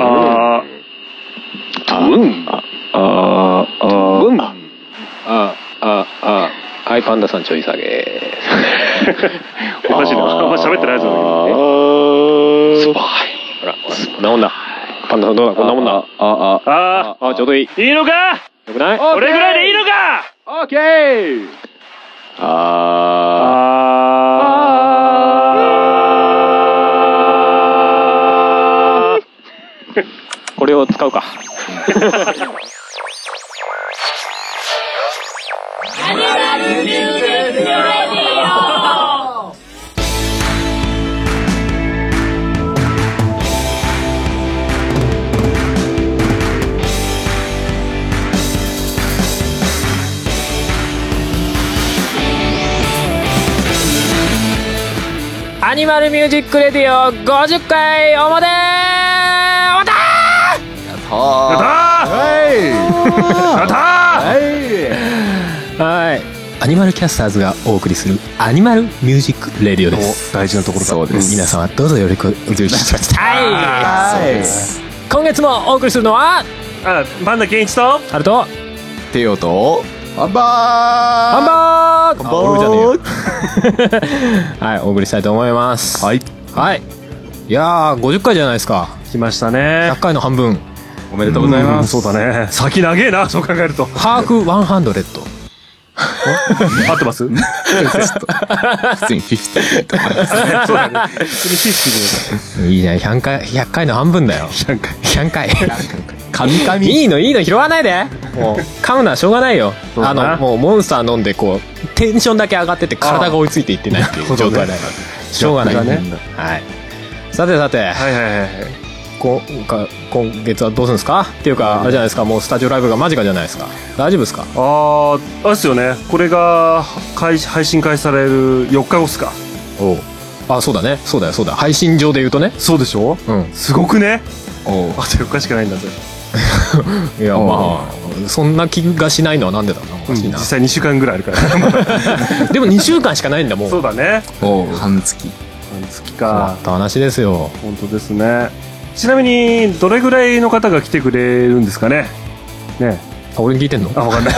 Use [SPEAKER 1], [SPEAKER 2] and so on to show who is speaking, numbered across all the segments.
[SPEAKER 1] あ
[SPEAKER 2] あうん
[SPEAKER 3] ああーあ
[SPEAKER 2] うん
[SPEAKER 3] ー
[SPEAKER 2] あ
[SPEAKER 1] ああああはいパンダさんちょい下げおかしいなあんま喋ってないぞ
[SPEAKER 2] スパ
[SPEAKER 1] ほらこんなもんだパンダさんどうだこんなもんだ
[SPEAKER 3] あああ
[SPEAKER 1] ああちょうどいい
[SPEAKER 4] いいのか
[SPEAKER 1] よくない
[SPEAKER 3] あ
[SPEAKER 4] これぐらいでいいのか
[SPEAKER 3] オッケー
[SPEAKER 2] あ
[SPEAKER 1] これを使うか
[SPEAKER 5] アニマルミュージックレディオ50回表表
[SPEAKER 4] やったーやったー
[SPEAKER 5] はいアニマルキャスターズがお送りするアニマルミュージックレディオです大事なところそうです皆様どうぞよろしくお願いしますはいそうです今月もお送りするのは
[SPEAKER 4] あパンダ健一と
[SPEAKER 5] タルト
[SPEAKER 2] テオとハンバ
[SPEAKER 5] ハンバーグ
[SPEAKER 2] ー俺じゃねえよ
[SPEAKER 5] はいお送りしたいと思います
[SPEAKER 2] はい
[SPEAKER 5] はいいやー50回じゃないですか
[SPEAKER 4] 来ましたね
[SPEAKER 5] 100回の半分
[SPEAKER 2] おめでとうございます
[SPEAKER 4] そうだね先長えなそう考えると
[SPEAKER 5] ハーフ100
[SPEAKER 4] 合ってますそう
[SPEAKER 2] 普通にフィフティとか
[SPEAKER 4] だね普通にシステ
[SPEAKER 5] いいね100回100回の半分だよ
[SPEAKER 4] ムで
[SPEAKER 5] 100回
[SPEAKER 2] 神々
[SPEAKER 5] いいのいいの拾わないでもう噛むのはしょうがないよ
[SPEAKER 4] うだ
[SPEAKER 5] あ
[SPEAKER 4] な
[SPEAKER 5] のもうモンスター飲んでこうテンションだけ上がってて体が追いついていってない っていう状態だからしょうがない
[SPEAKER 4] そうだね
[SPEAKER 5] はいさてさて、
[SPEAKER 4] はいはいはいはい
[SPEAKER 5] こんか今月はどうするんですかっていうかあれじゃないですかもうスタジオライブが間近じゃないですか大丈夫ですか
[SPEAKER 4] あーあれっすよねこれが開始配信開始される4日後っすか
[SPEAKER 5] おあそうだねそうだよそうだ配信上で言うとね
[SPEAKER 4] そうでしょ
[SPEAKER 5] うん
[SPEAKER 4] すごくね
[SPEAKER 2] おう
[SPEAKER 4] あと4日しかないんだぜ
[SPEAKER 5] いやまあそんな気がしないのはなんでだろうなおかしい
[SPEAKER 4] 実
[SPEAKER 5] な、
[SPEAKER 4] 際2週間ぐらいあるから
[SPEAKER 5] でも2週間しかないんだもん
[SPEAKER 4] そうだね
[SPEAKER 2] おう半月
[SPEAKER 4] 半月
[SPEAKER 5] 困
[SPEAKER 4] か
[SPEAKER 5] った話ですよ
[SPEAKER 4] 本当ですねちなみにどれぐらいの方が来てくれるんですかねね
[SPEAKER 5] あ俺に聞いてんの
[SPEAKER 4] あわか んない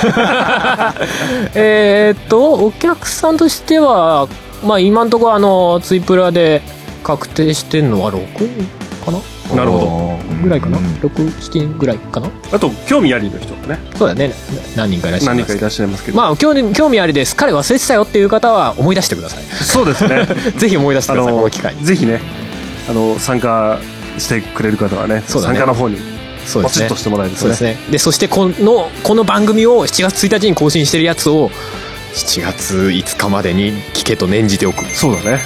[SPEAKER 5] えーっとお客さんとしてはまあ今んところあのツイプラで確定してんのは6かな
[SPEAKER 4] なるほど
[SPEAKER 2] ど
[SPEAKER 5] ぐらいかな、
[SPEAKER 2] うん
[SPEAKER 5] 67人ぐらいかな
[SPEAKER 4] あと興味ありの人がね
[SPEAKER 5] そうだね何人かいらっしゃい
[SPEAKER 4] 何
[SPEAKER 5] ま
[SPEAKER 4] 人か
[SPEAKER 5] す
[SPEAKER 4] いらっしゃいますけど、
[SPEAKER 5] まあ興味興味ありです彼忘れてたよっていう方は思い出してください
[SPEAKER 4] そうですね
[SPEAKER 5] ぜひ思い出して
[SPEAKER 4] あ
[SPEAKER 5] ください、こ
[SPEAKER 4] の
[SPEAKER 5] の機会に
[SPEAKER 4] ぜひねあの参加してくれる方はね
[SPEAKER 5] そうだね
[SPEAKER 4] 参加の方に
[SPEAKER 5] そうで
[SPEAKER 4] ポ
[SPEAKER 5] す
[SPEAKER 4] チ
[SPEAKER 5] ね
[SPEAKER 4] ッとしてもらえる
[SPEAKER 5] そうですねでそしてこのこの番組を7月1日に更新してるやつを7月5日までに聞けと念じておく
[SPEAKER 4] そうだね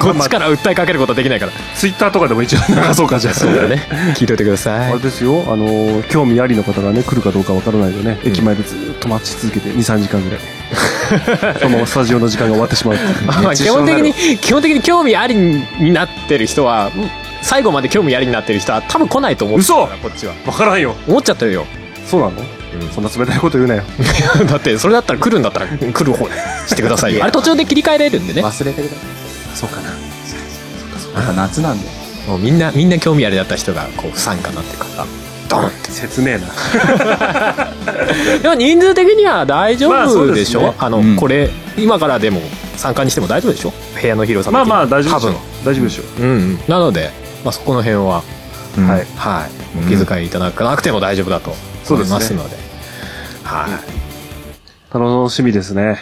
[SPEAKER 5] こっちから訴えかけることはできないから
[SPEAKER 4] ツイッターとかでも一応流そうかじゃあ
[SPEAKER 5] そうだね聞いといてください
[SPEAKER 4] あれですよ、あのー興味ありの方がね、来るかどうかわからないでね、
[SPEAKER 5] ん
[SPEAKER 4] 駅前でずーっと待ち続けて、2、3時間ぐらい。 そのままスタジオの時間が終わってしまうっていう
[SPEAKER 5] まあま あ
[SPEAKER 2] 熱
[SPEAKER 5] 基
[SPEAKER 2] 中症
[SPEAKER 5] 本
[SPEAKER 2] に
[SPEAKER 5] 的
[SPEAKER 2] なる
[SPEAKER 5] に基本的に興味ありになってる人は最後まで興味ありになってる人は多分来ないと思う
[SPEAKER 4] 嘘
[SPEAKER 5] からこっちは
[SPEAKER 4] わからんよ。
[SPEAKER 5] 思っちゃってるよ
[SPEAKER 4] そうなの、そんな冷たいこと言う なよ。
[SPEAKER 5] だってそれだったら来るんだったら来る方にしてくださいよあれ途中で切り替えれるんでね
[SPEAKER 2] 忘れてくださいそうかなそうかそうか夏なんで
[SPEAKER 5] もうみんなみんな興味ありだった人がこう不参加になってるからドンっ
[SPEAKER 4] 説明な。
[SPEAKER 5] てでも人数的には大丈
[SPEAKER 4] まあそう
[SPEAKER 5] 夫
[SPEAKER 4] で
[SPEAKER 5] ですし
[SPEAKER 4] ね
[SPEAKER 5] ょあの
[SPEAKER 2] うん
[SPEAKER 5] これ今からでも参加にしても大丈夫でしょ部屋の広さ的
[SPEAKER 4] まあま
[SPEAKER 5] に
[SPEAKER 4] あ、大丈夫
[SPEAKER 5] 多
[SPEAKER 4] でしょ
[SPEAKER 5] 分
[SPEAKER 4] う。大丈夫でしょ
[SPEAKER 5] うんうんなのでまあそこの辺は
[SPEAKER 2] うん
[SPEAKER 4] はい
[SPEAKER 5] はい、
[SPEAKER 2] うん
[SPEAKER 5] お気遣いいただかなくても大丈夫だと
[SPEAKER 4] そう
[SPEAKER 5] 思
[SPEAKER 4] で
[SPEAKER 5] い
[SPEAKER 4] すね
[SPEAKER 5] ますのではい、
[SPEAKER 4] う。楽しみですね。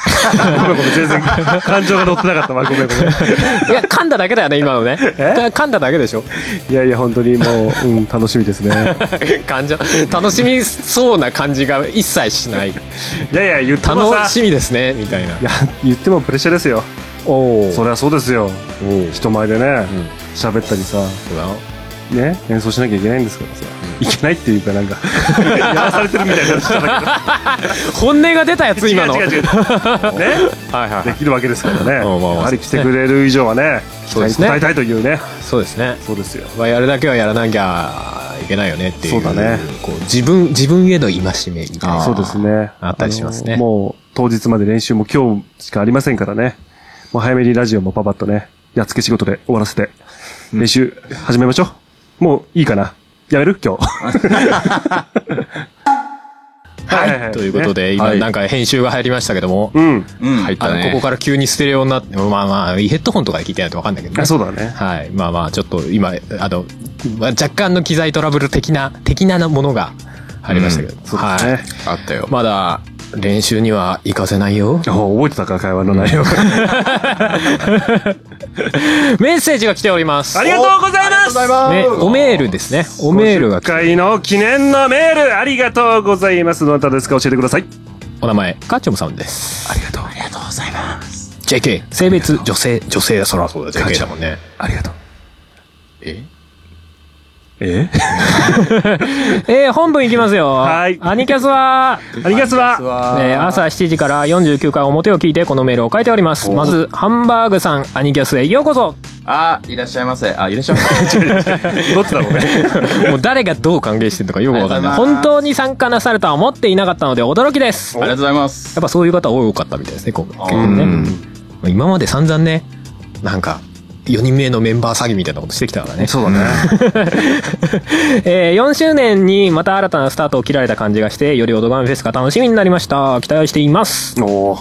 [SPEAKER 4] ごめんごめん、全然感情が乗ってなかったわ。ごめんごめん。
[SPEAKER 5] いや噛んだだけだよね今のね
[SPEAKER 4] え
[SPEAKER 5] 噛んだだけでしょ
[SPEAKER 4] いやいや、本当にもう、うん、楽しみですね。
[SPEAKER 5] 感情楽しみそうな感じが一切しない
[SPEAKER 4] いやいや、言っても
[SPEAKER 5] 楽
[SPEAKER 4] さ、
[SPEAKER 5] しみですねみたいない
[SPEAKER 4] や、言ってもプレッシャーですよ。
[SPEAKER 5] おお
[SPEAKER 4] そりゃそうですよ。
[SPEAKER 5] お
[SPEAKER 4] 人前でね
[SPEAKER 5] ん、
[SPEAKER 4] 喋、ったりさ。
[SPEAKER 5] だ
[SPEAKER 4] ね、演奏しなきゃいけないんですからさ、いけないっていうかなん かやらされてるみたいな話だ
[SPEAKER 5] 本音が出たや
[SPEAKER 4] けど
[SPEAKER 5] つ今の
[SPEAKER 4] 違う違う違うね
[SPEAKER 5] はいはいは
[SPEAKER 4] で
[SPEAKER 5] い
[SPEAKER 4] きるわけですからねや
[SPEAKER 5] うんまあまあ
[SPEAKER 4] はり来てくれる以上はね期
[SPEAKER 5] そうで
[SPEAKER 4] 待
[SPEAKER 5] す
[SPEAKER 4] に
[SPEAKER 5] ね
[SPEAKER 4] 応えたいというね
[SPEAKER 5] そうですね
[SPEAKER 4] そうですよ
[SPEAKER 5] まあやるだけはやらなきゃいけないよねっていう
[SPEAKER 4] そうだね
[SPEAKER 5] こう自分自分への戒めみたいな
[SPEAKER 2] あー
[SPEAKER 4] そうですね
[SPEAKER 5] あったりしますね
[SPEAKER 4] あのもう当日まで練習も今日しかありませんからねもう早めにラジオもパパッとねやっつけ仕事で終わらせて練習始めましょう。もういいかな。やめる 今日。はい はいは
[SPEAKER 5] ということで、今
[SPEAKER 6] はい
[SPEAKER 5] なんか編集が入りましたけども、
[SPEAKER 4] うん。
[SPEAKER 6] うん。
[SPEAKER 5] あのここから急にステレオになって、まあまあ、ヘッドホンとかで聞いてないとわかんないけどね。
[SPEAKER 4] あそうだね。
[SPEAKER 5] はい。まあまあ、ちょっと今、あの、まあ若干の機材トラブル的な、的なものが入りましたけど。はい。
[SPEAKER 6] あったよ。
[SPEAKER 5] まだ、練習には行かせないよ。
[SPEAKER 4] あ覚えてたか、会話の内容。
[SPEAKER 5] メッセージが来ております。
[SPEAKER 4] ありがとうございます
[SPEAKER 5] ね、おメールですね。おメールが
[SPEAKER 4] 50、回の記念のメール、ありがとうございます。どなたですか教えてください。
[SPEAKER 5] お名前、カッチョムさんです。ありがとう。ありがとうございます。JK、性別、女性、女性だ、そらそうだ、JK だもんね。
[SPEAKER 4] ありがとう。
[SPEAKER 6] え
[SPEAKER 4] え
[SPEAKER 5] えー、本文いきますよ。
[SPEAKER 4] はい
[SPEAKER 5] アニキャス
[SPEAKER 4] あ
[SPEAKER 5] は、
[SPEAKER 4] りがとうは
[SPEAKER 5] えー朝7時から49回表を聞いてこのメールを書いております。まず、ハンバーグさん、アニキャスへようこ そ
[SPEAKER 6] あ、いらっしゃいませ。あ、いらっしゃいま せ。
[SPEAKER 4] どっちだろうね。
[SPEAKER 5] もう誰がどう歓迎してるのかよくわかんない。
[SPEAKER 6] ありがとうございます
[SPEAKER 5] 本当に参加なさるとは思っていなかったので驚きです。
[SPEAKER 6] ありがとうございます
[SPEAKER 5] やっ。ぱそういう方多かったみたいですね、今回
[SPEAKER 6] うん
[SPEAKER 5] ね。今まで散々ね、なんか、4人目のメンバー詐欺みたいなことしてきたからね。そうだね。 えー4周年にまた新たなスタートを切られた感じがして、よりオドガメフェスが楽しみになりました。期待しています。
[SPEAKER 4] おー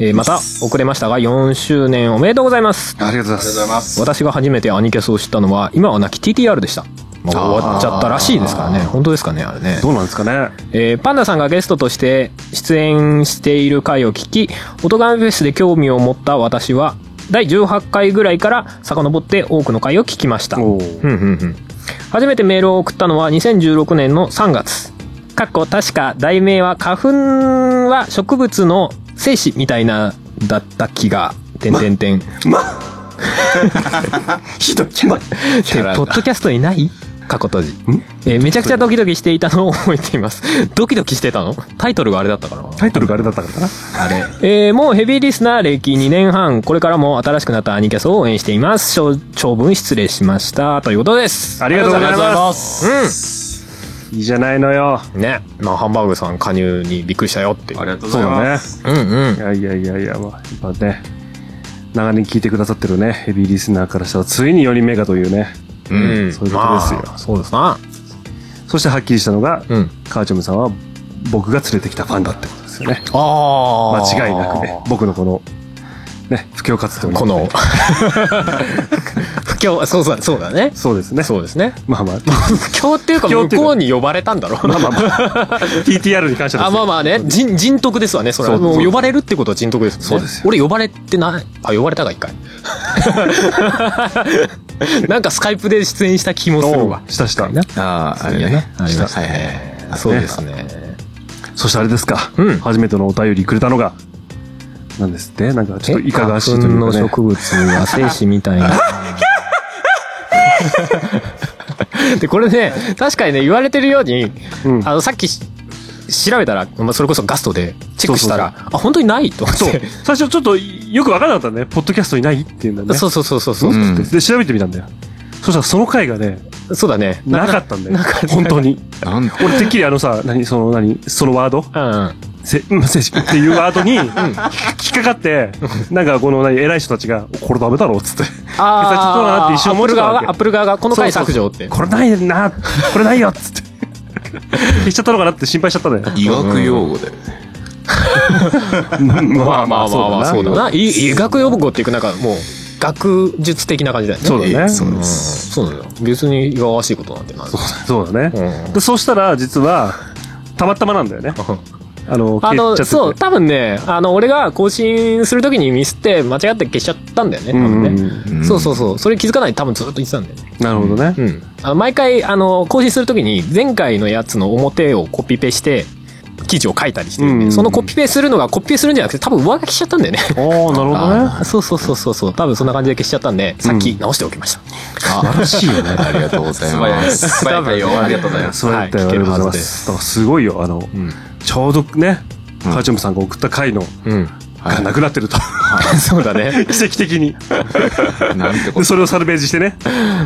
[SPEAKER 5] えーまた、遅れましたが、4周年おめでとうございます。
[SPEAKER 4] ありがとうご
[SPEAKER 6] ありがとうご
[SPEAKER 4] ざ
[SPEAKER 6] ざ
[SPEAKER 4] い
[SPEAKER 6] い
[SPEAKER 4] ま
[SPEAKER 6] ます。
[SPEAKER 5] 私が初めてアニキャスを知ったのは、今はなき TTR でした。もう終わっちゃったらしいですからね。本当ですかね、あれね
[SPEAKER 4] す。。どうなんですかね。
[SPEAKER 5] えーパンダさんがゲストとして出演している回を聞き、オトガメフェスで興味を持った私は、第18回ぐらいから遡って多くの回を聞きました。
[SPEAKER 4] お
[SPEAKER 5] う
[SPEAKER 4] ー
[SPEAKER 5] んうんうん初めてメールを送ったのは2016年の3月。かっこ確か題名は花粉は植物の精子みたいな、だった気が、てんてんて ん。
[SPEAKER 6] ひどいキャラ。
[SPEAKER 5] ってポッドキャストにない過去閉じ、えーめちゃくちゃドキドキしていたのを覚えています。 ドキドキしてたのタイトルがあれだったからな。
[SPEAKER 4] タイトルがあれだったからかな。
[SPEAKER 6] あれ。
[SPEAKER 5] えーもうヘビーリスナー歴2年半、これからも新しくなったアニキャスを応援しています。長長文失礼しました。ということです。
[SPEAKER 4] ありがとうございます。
[SPEAKER 5] す。
[SPEAKER 4] いいじゃないのよ。
[SPEAKER 5] うん。ね。まあ、ハンバーグさん加入にびっくりしたよっていう
[SPEAKER 6] ありがとうご
[SPEAKER 4] そ
[SPEAKER 6] ざ
[SPEAKER 4] う
[SPEAKER 6] い
[SPEAKER 4] だ
[SPEAKER 6] ま
[SPEAKER 4] ね
[SPEAKER 6] す。。
[SPEAKER 5] うんうん
[SPEAKER 4] い。やいやいやいや、まあ、やっぱね、長年聞いてくださってるね、ヘビーリスナーからしたら、ついに4人目かというね。
[SPEAKER 5] うん。
[SPEAKER 4] そういうことですよ
[SPEAKER 5] まあそうですな。
[SPEAKER 4] そしてはっきりしたのが、
[SPEAKER 5] うん。
[SPEAKER 4] カーチョムさんは、僕が連れてきたファンだってことですよね。
[SPEAKER 5] ああ。
[SPEAKER 4] 間違いなくね。。僕のこの、ね、不況活動に
[SPEAKER 5] この、不況、そうそう、そうだね。
[SPEAKER 4] そうですね。
[SPEAKER 5] そうですね。
[SPEAKER 4] まあ まあ、
[SPEAKER 5] 不況っていうか、
[SPEAKER 4] 不況
[SPEAKER 5] 向
[SPEAKER 4] っていうか
[SPEAKER 5] こうに呼ばれたんだろう。
[SPEAKER 4] まあまあまあ、TTR に関しては
[SPEAKER 5] あ、
[SPEAKER 4] ですね
[SPEAKER 5] まあまあね。人、人徳ですわね。それは。
[SPEAKER 4] そう
[SPEAKER 5] も
[SPEAKER 4] そうう
[SPEAKER 5] 呼ばれるってことは人徳ですもんね。
[SPEAKER 4] そうですよ
[SPEAKER 5] 俺呼ばれてない。あ、呼ばれたか、一 回。なんかスカイプで出演した気もするわ。
[SPEAKER 4] したした。
[SPEAKER 6] ああ、あれね。ありました。はいはいはい。
[SPEAKER 5] そうですね。
[SPEAKER 4] そしてあれですか、
[SPEAKER 5] うん
[SPEAKER 4] 初めてのお便りくれたのが、なんですってなんかちょっといかがわしいというか、
[SPEAKER 5] 花粉の
[SPEAKER 4] ね。
[SPEAKER 5] 植物は精子みたいな。 で、これね、確かにね、言われてるように、
[SPEAKER 4] うん
[SPEAKER 5] あの、さっきし調べたら、まあ、それこそガストでチェックしたら、あ、本当にないと思って。
[SPEAKER 4] そう。 最初ちょっとよくわからなかったね。ポッドキャストいないっていうんだね。
[SPEAKER 5] そうそうそうそうそう、
[SPEAKER 6] うん
[SPEAKER 4] でで、調べてみたんだよ。そしたらその回がね、
[SPEAKER 5] そうだね。
[SPEAKER 4] なかったんだよ。本当に。
[SPEAKER 6] なんだ
[SPEAKER 4] 俺てっきりあのさ、何、その何、そのワード
[SPEAKER 5] うん。
[SPEAKER 4] せ、うん、せしっていうワードに、引っかかって、なんかこの何、偉い人たちが、これダメだろうっつって。消
[SPEAKER 5] あ
[SPEAKER 4] されちゃったなって一瞬思
[SPEAKER 5] アッ
[SPEAKER 4] っ
[SPEAKER 5] プル
[SPEAKER 4] てた
[SPEAKER 5] 側
[SPEAKER 4] わけ
[SPEAKER 5] が、アップル側が、この回削除って。
[SPEAKER 4] これないな、これないよっつって。消しちゃったのかなって心配しちゃったんだよ。
[SPEAKER 6] 医学用 語だよ。
[SPEAKER 5] まあまあまあまあ、そうだ
[SPEAKER 4] な。
[SPEAKER 5] な。い医学用語っていうか、なんかもう、学術的な感じだよね。
[SPEAKER 4] そうだね。
[SPEAKER 6] そうで
[SPEAKER 5] うん
[SPEAKER 6] す。
[SPEAKER 5] そうだよ。別にいがわしいことなんてない。
[SPEAKER 4] そうだね。
[SPEAKER 5] うん
[SPEAKER 4] で、そうしたら、実は、たまたまなんだよ ね。あの、
[SPEAKER 5] あ
[SPEAKER 4] 消
[SPEAKER 5] の、
[SPEAKER 4] えちゃってて。
[SPEAKER 5] そう、多分ね、あの、俺が更新するときにミスって間違って消しちゃったんだよね、多分
[SPEAKER 4] うん
[SPEAKER 5] ね。
[SPEAKER 6] うん
[SPEAKER 5] そうそうそう。それ気づかないで多分ずっと言ってたんだよね。
[SPEAKER 4] なるほどね。
[SPEAKER 5] うん。あの毎回、あの、更新するときに、前回のやつの表をコピペして、記事を書いたりしてるんで、
[SPEAKER 4] うん
[SPEAKER 5] そのコピペするのがコピペするんじゃなくて、多分上書きしちゃったんだよね。
[SPEAKER 4] ああ、なるほどね。
[SPEAKER 5] あ そうそうそうそうそう。多分そんな感じで消しちゃったんで、さっき直しておきました。
[SPEAKER 6] 素晴らしいよね。ありがとうございます。素早いよ。ありがとうございます。
[SPEAKER 4] そうやったよ、
[SPEAKER 5] は
[SPEAKER 4] あり
[SPEAKER 5] い
[SPEAKER 4] がとうござい
[SPEAKER 5] 来てる
[SPEAKER 4] ま。
[SPEAKER 5] はずです
[SPEAKER 4] だからすごいよ、あの、
[SPEAKER 5] ん
[SPEAKER 4] ちょうどね、カーチョムさんが送った回の、
[SPEAKER 5] うん。
[SPEAKER 4] がなくなってると。
[SPEAKER 5] そうだね。
[SPEAKER 4] 奇跡的に。
[SPEAKER 6] なんてこ
[SPEAKER 4] で、
[SPEAKER 6] と。
[SPEAKER 4] それをサルベージしてね、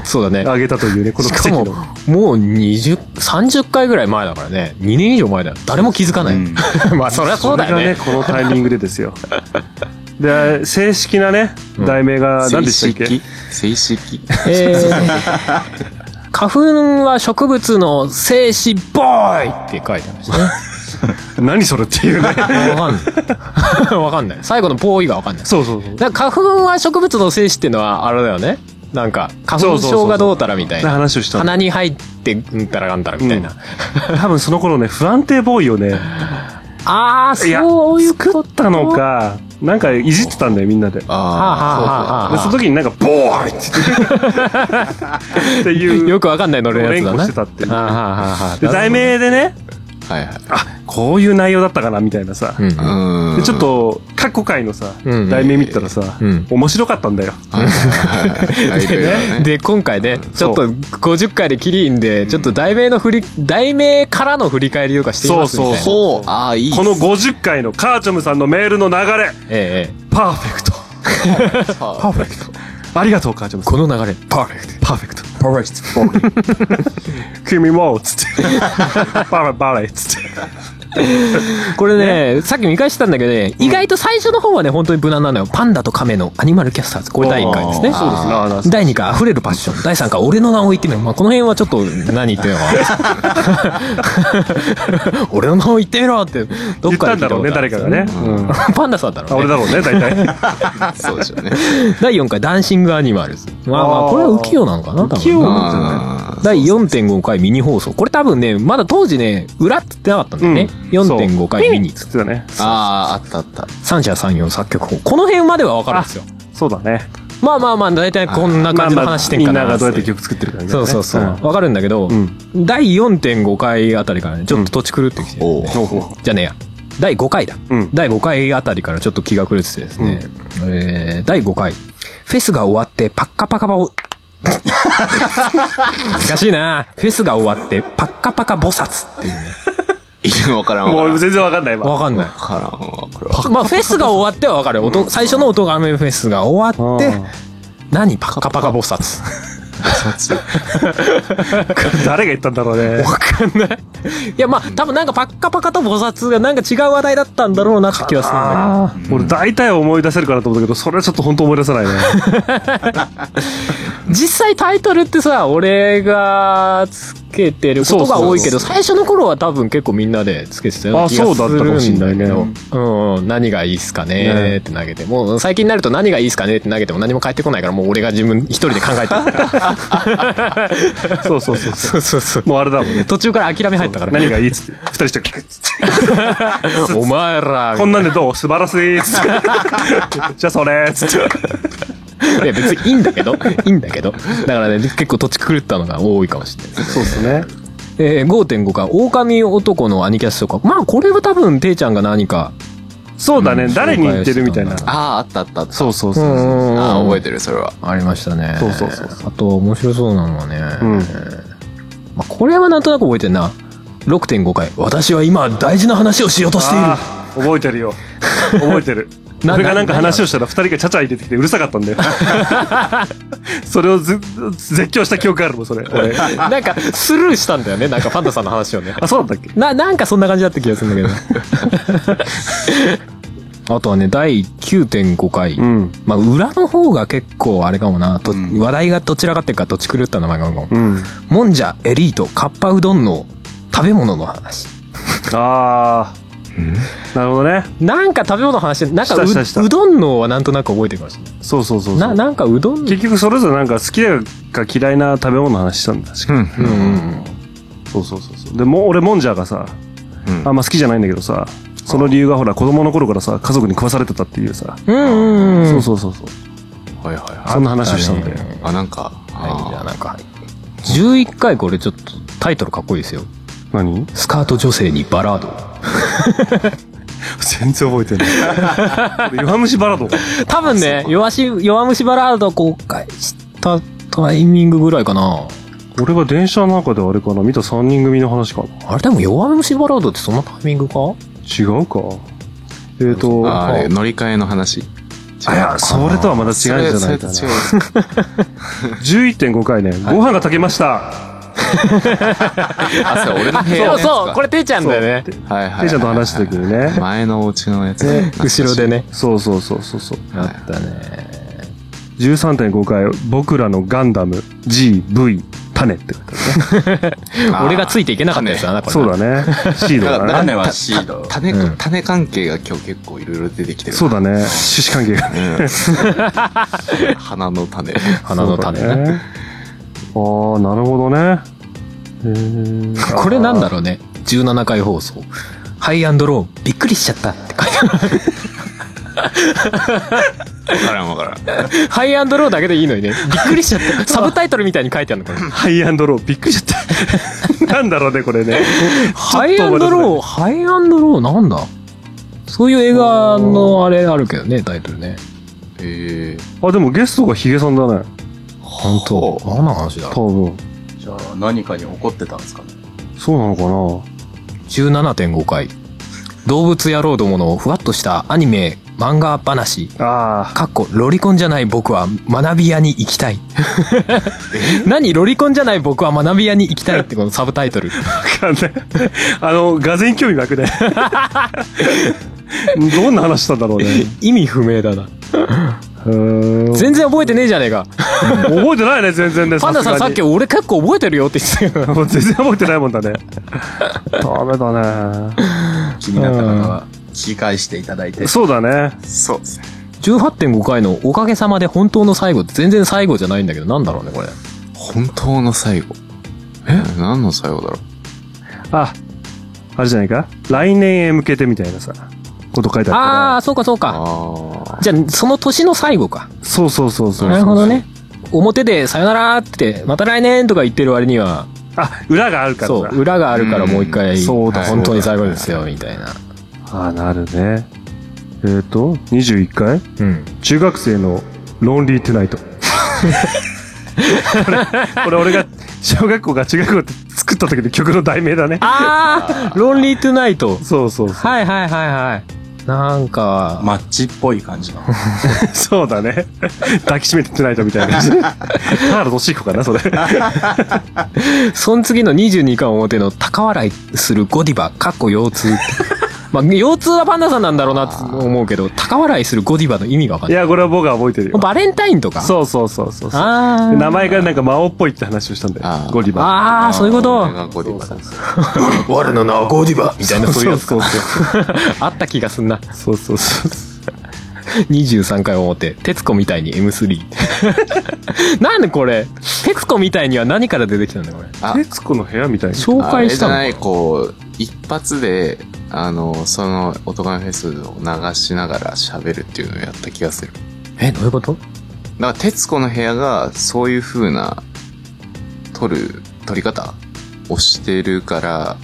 [SPEAKER 5] そうだね。
[SPEAKER 4] あげたというね、この
[SPEAKER 5] し
[SPEAKER 4] 奇
[SPEAKER 5] か
[SPEAKER 4] 跡
[SPEAKER 5] も、
[SPEAKER 4] の。
[SPEAKER 5] もう20、30回ぐらい前だからね。2年以上前だよ。誰も気づかない。
[SPEAKER 6] うん
[SPEAKER 5] まあ、そりゃそうだよ
[SPEAKER 4] れ
[SPEAKER 5] ね。
[SPEAKER 4] がね、このタイミングでですよ。で、正式なね、題名が何でしたっけ
[SPEAKER 6] 正式
[SPEAKER 5] えー花粉は植物の精子ボーイって書いてありましたね。
[SPEAKER 4] 何それっていうね。
[SPEAKER 5] わかん ない。わかんない。最後のボーイがわかんない。
[SPEAKER 4] そうそうそう。
[SPEAKER 5] だから花粉は植物の精子っていうのはあれだよね。なんか、花粉症がどうたらみたい
[SPEAKER 4] で
[SPEAKER 5] な。
[SPEAKER 4] 話をしたの
[SPEAKER 5] 鼻に入ってうんたらがんたらみたいな。
[SPEAKER 4] うん多分その頃ね、不安定ボーイをね、
[SPEAKER 5] ああ、
[SPEAKER 4] いや
[SPEAKER 5] そういうこと
[SPEAKER 4] 作ったのか、なんかいじってたんだよ、みんなで。で、
[SPEAKER 5] はあはあはあはあ
[SPEAKER 4] その時になんか、ボーイって。っていう。
[SPEAKER 5] よくわかんない乗るやつだ
[SPEAKER 4] 連
[SPEAKER 5] な。
[SPEAKER 4] 呼してたっていう
[SPEAKER 5] はあはあはあはあ
[SPEAKER 4] で、題名でね、
[SPEAKER 6] はいはい。
[SPEAKER 4] あ、こういう内容だったかな、みたいなさ。
[SPEAKER 5] うん
[SPEAKER 6] う
[SPEAKER 4] でちょっと、過去回のさ、
[SPEAKER 5] うん
[SPEAKER 4] 題名見たらさ、
[SPEAKER 5] うん
[SPEAKER 4] 面白かったんだよ。
[SPEAKER 6] はいはいはい
[SPEAKER 5] で
[SPEAKER 6] ね。
[SPEAKER 5] で今回ねちょっ
[SPEAKER 4] そ
[SPEAKER 5] と50回でキリンでちょっと題名の振り題名からの振り返りとかしていますみたいな
[SPEAKER 4] そうそう
[SPEAKER 6] ほう、ああ、いいっす
[SPEAKER 4] この50回のカーチョムさんのメールの流れ、
[SPEAKER 5] えええ
[SPEAKER 4] パーフェクト。 パーフェクト。ありがとう、カーチョム
[SPEAKER 5] え
[SPEAKER 4] さん。
[SPEAKER 5] この流れパーフェクト
[SPEAKER 4] パーフェクト。パーフェクト。君も、つ って。バレバレ、つって。
[SPEAKER 5] これねさっき見返したんだけどね、意外と最初の方はね本当に無難なのよパンダとカメのアニマルキャスターズこれ第1回ですね
[SPEAKER 4] あーそうですねあーなんか
[SPEAKER 5] 第2回「溢れるパッション」第3回「俺の名を言ってみろ」まあ、この辺はちょっと 何言ってんのか 俺の名を言ってみろってどっ
[SPEAKER 4] 言っ
[SPEAKER 5] か
[SPEAKER 4] たん
[SPEAKER 5] で聞い
[SPEAKER 4] だ
[SPEAKER 5] た
[SPEAKER 4] ろうね、誰かがね。うんあ
[SPEAKER 5] パンダさんだろうね
[SPEAKER 4] 俺だろうね、大 体。
[SPEAKER 6] そうでしょうね。
[SPEAKER 5] 第4回「ダンシングアニマルズ」まあまあこれは浮世なのかな多分
[SPEAKER 4] 器用なんじゃない
[SPEAKER 6] あー
[SPEAKER 5] 第4.5回ミニ放送これ多分ねまだ当時ね裏って言ってなかったんだよね、4.5回ミニ
[SPEAKER 4] つってたね。
[SPEAKER 6] あー、あったあった。
[SPEAKER 5] 三者三様作曲法この辺までは分かるんですよ
[SPEAKER 4] そうだね。
[SPEAKER 5] まあまあまあ大体こんな感じの話してん
[SPEAKER 4] み
[SPEAKER 5] か
[SPEAKER 4] ん
[SPEAKER 5] な
[SPEAKER 4] ながどうやっ
[SPEAKER 5] っ
[SPEAKER 4] てて曲作ってるかみたいな
[SPEAKER 5] そう
[SPEAKER 4] ね
[SPEAKER 5] そうそう、
[SPEAKER 4] ん
[SPEAKER 5] 分かるんだけど、
[SPEAKER 4] ん
[SPEAKER 5] 第4.5回あたりからねちょっと土地狂ってきて、
[SPEAKER 6] おう。
[SPEAKER 5] じゃねえや第5回だ、
[SPEAKER 4] うん
[SPEAKER 5] 第5回あたりからちょっと気が狂っててですね、えー、第5回フェスが終わってパッカパカバ を難しいなフェスが終わってパッカパカ菩薩っていうね
[SPEAKER 6] いや、わからんわ。
[SPEAKER 4] も
[SPEAKER 6] わ
[SPEAKER 4] う全然わかんないわ。
[SPEAKER 5] わかんない
[SPEAKER 6] からんわ、これは。
[SPEAKER 5] まあ、フェスが終わっては分かるよ。音最初の音が雨フェスが終わって、何パカパカ菩薩。
[SPEAKER 4] 誰が言ったんだろうね。
[SPEAKER 5] わかんない。いや、まあ、多分なんかパッカパカと菩薩がなんか違う話題だったんだろうなって気はするんだ
[SPEAKER 4] ああ、俺大体思い出せるかなと思ったけど、それはちょっと本当思い出せないね。
[SPEAKER 5] けど。実際タイトルってさ、俺がつけてることが多いけど、最初の頃は多分結構みんなでつけてたような
[SPEAKER 4] あ
[SPEAKER 5] 気がするんだ
[SPEAKER 4] そうだったかもしんないね
[SPEAKER 5] けどうんうん、何がいいっすかねって投げて、もう最近になると何がいいっすかねって投げても何も返ってこないから、もう俺が自分一人で考えてる。
[SPEAKER 4] そうそう そう。
[SPEAKER 5] そうそうそう。
[SPEAKER 4] もうあれだもんね。
[SPEAKER 5] 途中から諦め入ったからね。
[SPEAKER 4] 何がいいっつって。二人して、
[SPEAKER 5] お前ら、
[SPEAKER 4] こんなんでどう素晴らしいっつ って。じゃあそれっつって。
[SPEAKER 5] いや別にいいんだけど、いいんだけど。だからね、結構土地狂ったのが多いかもしれない。
[SPEAKER 4] そうですね。
[SPEAKER 5] えー、5.5か、狼男のアニキャスとか。まあ、これは多分、ていちゃんが何か。
[SPEAKER 4] そうだね。誰に言ってるみたいな。
[SPEAKER 6] ああ、あったあったあった。
[SPEAKER 4] そうそう
[SPEAKER 5] う
[SPEAKER 4] そう。
[SPEAKER 5] ん
[SPEAKER 6] ああ、
[SPEAKER 5] あ
[SPEAKER 6] 覚えてる、それは。
[SPEAKER 5] りましたね。
[SPEAKER 4] そうそうそう
[SPEAKER 5] あと、面白そうなのはね。
[SPEAKER 4] うん。
[SPEAKER 5] まあ、これはなんとなく覚えてんな。6.5回。私は今、大事な話をしようとしている。
[SPEAKER 4] あー覚えてるよ。覚えてる。
[SPEAKER 5] な
[SPEAKER 4] 俺がなんか話をしたら二人がちゃちゃ入れてきてうるさかったんだよ。 それをず絶叫した記憶があるもん、それ。俺
[SPEAKER 5] なんか、スルーしたんだよね。なんか、パンダさんの話をね。
[SPEAKER 4] あ、そうだったっけ
[SPEAKER 5] な、なんかそんな感じだった気がするんだ けど。あとはね、第9.5回。
[SPEAKER 4] ん
[SPEAKER 5] まあ、裏の方が結構あれかもな。と話題がどちらかっていうか、どっち狂った名前があるかも。
[SPEAKER 4] うん。
[SPEAKER 5] もんじゃ、エリート、カッパうどんの食べ物の話。
[SPEAKER 4] ああ。なるほどね。
[SPEAKER 5] なんか食べ物の話、なんかう
[SPEAKER 4] したしたした
[SPEAKER 5] うどんのはなんとなく覚えてるかもしれない。
[SPEAKER 4] そうそうそうそう。
[SPEAKER 5] な、なんかうどん
[SPEAKER 4] 結局それぞれなんか好きだか嫌いな食べ物の話したんだ。確かに。
[SPEAKER 5] うんうん
[SPEAKER 4] そうそうそうそう。でも、俺、もんじゃがさ、
[SPEAKER 6] うん
[SPEAKER 4] あんま好きじゃないんだけどさ、その理由がほら、子供の頃からさ、家族に食わされてたっていうさ、
[SPEAKER 5] うん。うんうんう
[SPEAKER 4] そ
[SPEAKER 5] ん。
[SPEAKER 4] うそうそうそう。
[SPEAKER 6] はいはいはい。
[SPEAKER 4] そんな話をしたんだよ。
[SPEAKER 6] あ、なんか、
[SPEAKER 5] はい、じゃあ
[SPEAKER 6] あ
[SPEAKER 5] なんか、11回これちょっとタイトルかっこいいですよ。
[SPEAKER 4] 何
[SPEAKER 5] スカート女性にバラード。
[SPEAKER 4] 全然覚えてない。弱虫バラードか。
[SPEAKER 5] 多分ね、弱し、弱虫バラード公開したタイミングぐらいかな。
[SPEAKER 4] 俺が電車の中であれかな、見た3人組の話かな。
[SPEAKER 5] あれでも弱虫バラードってそのタイミングか
[SPEAKER 4] 違うか。えーと、
[SPEAKER 6] あ、あ
[SPEAKER 4] あ
[SPEAKER 6] れ、乗り換えの話。違
[SPEAKER 4] いや、それとはまた違うんじゃないかな。
[SPEAKER 6] それそれと違う
[SPEAKER 4] 11.5回ね、ご飯が炊けました。
[SPEAKER 6] あ、そう、俺の部屋
[SPEAKER 5] そ
[SPEAKER 6] の
[SPEAKER 5] う
[SPEAKER 6] やつ
[SPEAKER 5] そう、
[SPEAKER 6] か。
[SPEAKER 5] これていちゃんだよね。
[SPEAKER 6] はいはいはい。
[SPEAKER 4] ていちゃんと話した時にね
[SPEAKER 6] 前のお家のやつ。
[SPEAKER 5] 後ろでね。
[SPEAKER 4] そうそうそうそうそう。
[SPEAKER 6] はい。
[SPEAKER 5] だね。
[SPEAKER 4] 13.5回、僕らのガンダム GV 種って書いてあるね。
[SPEAKER 6] あー
[SPEAKER 5] 俺がついていけなかったやつだな、これ。
[SPEAKER 4] そうだね。シード
[SPEAKER 6] だ か
[SPEAKER 4] だ
[SPEAKER 6] ら
[SPEAKER 4] ね。
[SPEAKER 6] 種
[SPEAKER 7] 種
[SPEAKER 6] は
[SPEAKER 7] はシード。
[SPEAKER 6] 種
[SPEAKER 5] うん
[SPEAKER 6] 種関係が今日結構いろいろ出てきてる。
[SPEAKER 4] そうだね。種子関係がね。
[SPEAKER 6] うん。花の種。
[SPEAKER 5] 花の種
[SPEAKER 4] そうだ
[SPEAKER 5] ね。
[SPEAKER 4] ね。あー、なるほどね。えー
[SPEAKER 5] これなんだろうね。17回放送。ハイアンドローン、びっくりしちゃったって書いてあ
[SPEAKER 6] わからんわからん。
[SPEAKER 5] る。 ハイアンドローだけでいいのにね。びっくりしちゃった。サブタイトルみたいに書いてあるの、これ。
[SPEAKER 4] ハイアンドロー、びっくりしちゃった。 なんだろうね、これね。
[SPEAKER 5] ハイアンドロー、ハイアンドローなんだそういう映画のあれあるけどね、タイトルね。
[SPEAKER 6] え
[SPEAKER 4] ー。あ、でもゲストがヒゲさんだね。
[SPEAKER 5] 本当何の話だ
[SPEAKER 4] 多分。
[SPEAKER 7] じゃあ何かに怒ってたんですかね。
[SPEAKER 4] そうなのか
[SPEAKER 5] ?17.5 回。動物野郎どものふわっとしたアニメ、漫画話。
[SPEAKER 4] なあ
[SPEAKER 5] かっこ、ロリコンじゃない僕は学び屋に行きたい。 何ロリコンじゃない僕は学び屋に行きたいってこのサブタイトル。
[SPEAKER 4] ー。わかんない。 あの、がぜん興味湧くね。 どんな話したんだろうね。
[SPEAKER 5] 意味不明だ な。
[SPEAKER 4] へー
[SPEAKER 5] 全然覚えてねえじゃねえか。
[SPEAKER 4] 覚えてないね、全然ね。
[SPEAKER 5] パンダさんさ
[SPEAKER 4] すが
[SPEAKER 5] っ
[SPEAKER 4] に
[SPEAKER 5] き俺結構覚えてるよって言ってたけど。
[SPEAKER 4] もう 全然覚えてないもんだね。ダメだ
[SPEAKER 7] 気になった方は聞き返していただいて
[SPEAKER 4] ね。。そうだね。
[SPEAKER 6] そうですね。
[SPEAKER 5] 18.5回のおかげさまで本当の最後って全然最後じゃないんだけど、なんだろうね、これ。
[SPEAKER 6] 本当の最後。え何の最後だろう
[SPEAKER 4] あ、あれじゃないか来年へ向けてみたいなさ、こと書いてある
[SPEAKER 5] あ
[SPEAKER 4] か
[SPEAKER 5] あ、そうかそうか。
[SPEAKER 6] あ
[SPEAKER 5] じゃあ、その年の最後か。
[SPEAKER 4] ら。そうそうそうそう。
[SPEAKER 5] なるほどね。表でさよならって、また来年とか言ってる割には、
[SPEAKER 4] あ、裏があるから
[SPEAKER 5] そう、
[SPEAKER 4] だ。
[SPEAKER 5] 裏があるからもう一回、
[SPEAKER 4] うんそうだ
[SPEAKER 5] 本当に最後ですよ、みたいな。
[SPEAKER 4] ああ、なるね。えっ、ー、と、21回
[SPEAKER 5] うん。
[SPEAKER 4] 中学生のロンリートゥ ナイト。これ、これ俺が、小学校が中学校って作った時の曲の題名だね。
[SPEAKER 5] ああロンリートゥナイト。
[SPEAKER 4] そうそうそう。
[SPEAKER 5] はいはいはいはい。なんか、
[SPEAKER 7] マッチっぽい感じの。
[SPEAKER 4] そうだね。抱きしめてトゥナイトみたいな 感じ。高野俊彦かな、それ。
[SPEAKER 5] その次の22巻表の高笑いするゴディバ、かっこ腰 痛。まあ、腰痛はパンダさんなんだろうなと思うけど、高笑いするゴディバの意味がわかん
[SPEAKER 4] い
[SPEAKER 5] ない。
[SPEAKER 4] や、これは僕は覚えてるよ。
[SPEAKER 5] バレンタインとか。
[SPEAKER 4] そうそうそうそうそう。
[SPEAKER 5] あ
[SPEAKER 4] で
[SPEAKER 5] ー
[SPEAKER 4] 名前がなんか魔王っぽいって話をしたんだ
[SPEAKER 6] あ
[SPEAKER 4] よ。
[SPEAKER 6] ー
[SPEAKER 4] ゴディバ。
[SPEAKER 5] あー、そういうこと。
[SPEAKER 6] あ。ゴディバだ
[SPEAKER 5] 我の名はゴディバみたいな、そういうやつ
[SPEAKER 4] そう
[SPEAKER 5] か。 あった気がすんな。
[SPEAKER 4] そうそうそう。
[SPEAKER 5] 23回表、徹子みたいに M3。なん でこれ、徹子みたいには何から出てきたんだよ、これ。
[SPEAKER 6] あ
[SPEAKER 4] 徹子の部屋みたいな。
[SPEAKER 5] 紹
[SPEAKER 6] あ
[SPEAKER 5] 介
[SPEAKER 6] れ
[SPEAKER 5] し
[SPEAKER 6] じ
[SPEAKER 5] た
[SPEAKER 6] ゃ
[SPEAKER 5] の
[SPEAKER 6] ない、こう、一発で、あの、その、オトガンフェスを流しながら喋るっていうのをやった気がする。
[SPEAKER 5] え、どういうこと
[SPEAKER 6] だから、徹子の部屋が、そういう風な、撮る、撮り方をしてるから、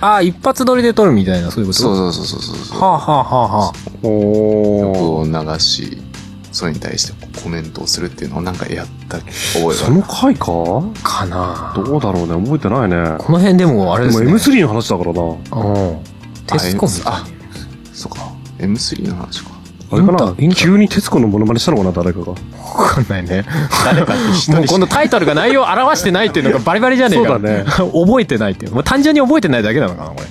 [SPEAKER 5] ああ、一発撮りで撮るみたいな、そういうこと
[SPEAKER 6] そうそうそうそうそうそう
[SPEAKER 5] は、あ、はあはあは
[SPEAKER 6] 曲を流し、それに対してこうコメントをするっていうのをなんかやった覚えがあ
[SPEAKER 4] そ
[SPEAKER 6] る。
[SPEAKER 4] の回か
[SPEAKER 5] あ、かな
[SPEAKER 4] どうだろうね。覚えてないね。
[SPEAKER 5] この辺でもあれ
[SPEAKER 4] で
[SPEAKER 5] で
[SPEAKER 4] も
[SPEAKER 5] すね。
[SPEAKER 4] M3 の話だからな。
[SPEAKER 5] うん。徹子みたい
[SPEAKER 6] あ、そうか。M3 の話か。
[SPEAKER 4] あれか
[SPEAKER 5] インタイン
[SPEAKER 4] な
[SPEAKER 5] タ
[SPEAKER 4] 急に徹子のモノマネしたのかな、誰かが。
[SPEAKER 5] わかんないね。誰かもうこのタイトルが内容を表してないっていうのがバリバリじゃねえか。
[SPEAKER 4] そうだね
[SPEAKER 5] 覚えてないっていう。もう単純に覚えてないだけなのかな、これ。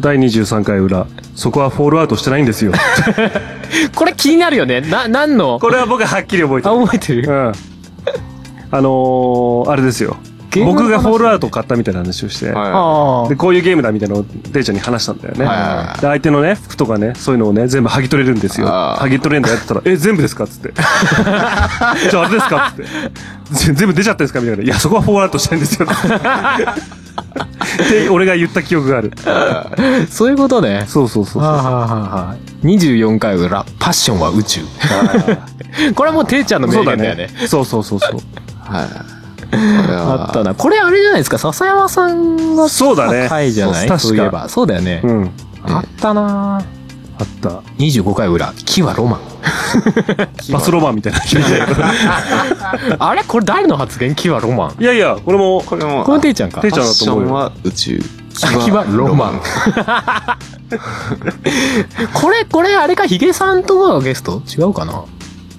[SPEAKER 4] 第23回裏。そこはフォールアウトしてないんですよ。
[SPEAKER 5] これ気になるよね。な、何 の
[SPEAKER 4] これは僕ははっきり覚えて
[SPEAKER 5] あ、
[SPEAKER 4] る。
[SPEAKER 5] 覚えて
[SPEAKER 4] う
[SPEAKER 5] る
[SPEAKER 4] ん。あのー、あれですよ。
[SPEAKER 5] ゲームの話
[SPEAKER 4] 僕がフォールアウトを買ったみたいな話をして。
[SPEAKER 6] は
[SPEAKER 5] ああ
[SPEAKER 4] で、。こういうゲームだみたいなのをデイちゃんに話したんだよね。
[SPEAKER 6] はいはいはい
[SPEAKER 4] で、相手のね、服とかね、そういうのをね、全部剥ぎ取れるんですよ。
[SPEAKER 6] あー
[SPEAKER 4] 剥ぎ取れんだやってたら、え、全部ですかっつ って。じゃああれですかっつって。ぜ全部出ちゃってんですかみたいな。いや、そこはフォールアウトしたいんですよ。って、俺が言った記憶がある。
[SPEAKER 5] そういうことね。
[SPEAKER 4] そうそうそうそう。
[SPEAKER 5] はあはあはあ24回裏、パッションは宇宙。 これはもうていちゃんの名
[SPEAKER 4] そう
[SPEAKER 5] 言だよね。。
[SPEAKER 4] そうそうそうそう。
[SPEAKER 6] い。はい。これ
[SPEAKER 5] あ
[SPEAKER 6] は
[SPEAKER 5] ったな。これあれじゃないですか、笹山さんが
[SPEAKER 4] そうだね
[SPEAKER 5] 回じゃない
[SPEAKER 4] そう確か
[SPEAKER 5] そういえば。そうだよね。
[SPEAKER 4] うん。あ
[SPEAKER 5] あったな
[SPEAKER 4] った。
[SPEAKER 5] 25回裏、木はロマン。
[SPEAKER 4] バスロマンみたいな気がして。
[SPEAKER 5] あれこれ誰の発言木はロマン。
[SPEAKER 4] いやいや、これも、
[SPEAKER 6] これも、
[SPEAKER 5] このていちゃんか
[SPEAKER 4] て。いち
[SPEAKER 6] フ
[SPEAKER 4] ゃ
[SPEAKER 6] ァ
[SPEAKER 4] ん
[SPEAKER 6] ッ
[SPEAKER 4] だと
[SPEAKER 6] ショ
[SPEAKER 4] 思う
[SPEAKER 6] ン
[SPEAKER 4] よ。
[SPEAKER 6] は宇宙。
[SPEAKER 5] 木はロマン。これ、これ、あれか、ヒゲさんとかがゲスト違うかな
[SPEAKER 6] い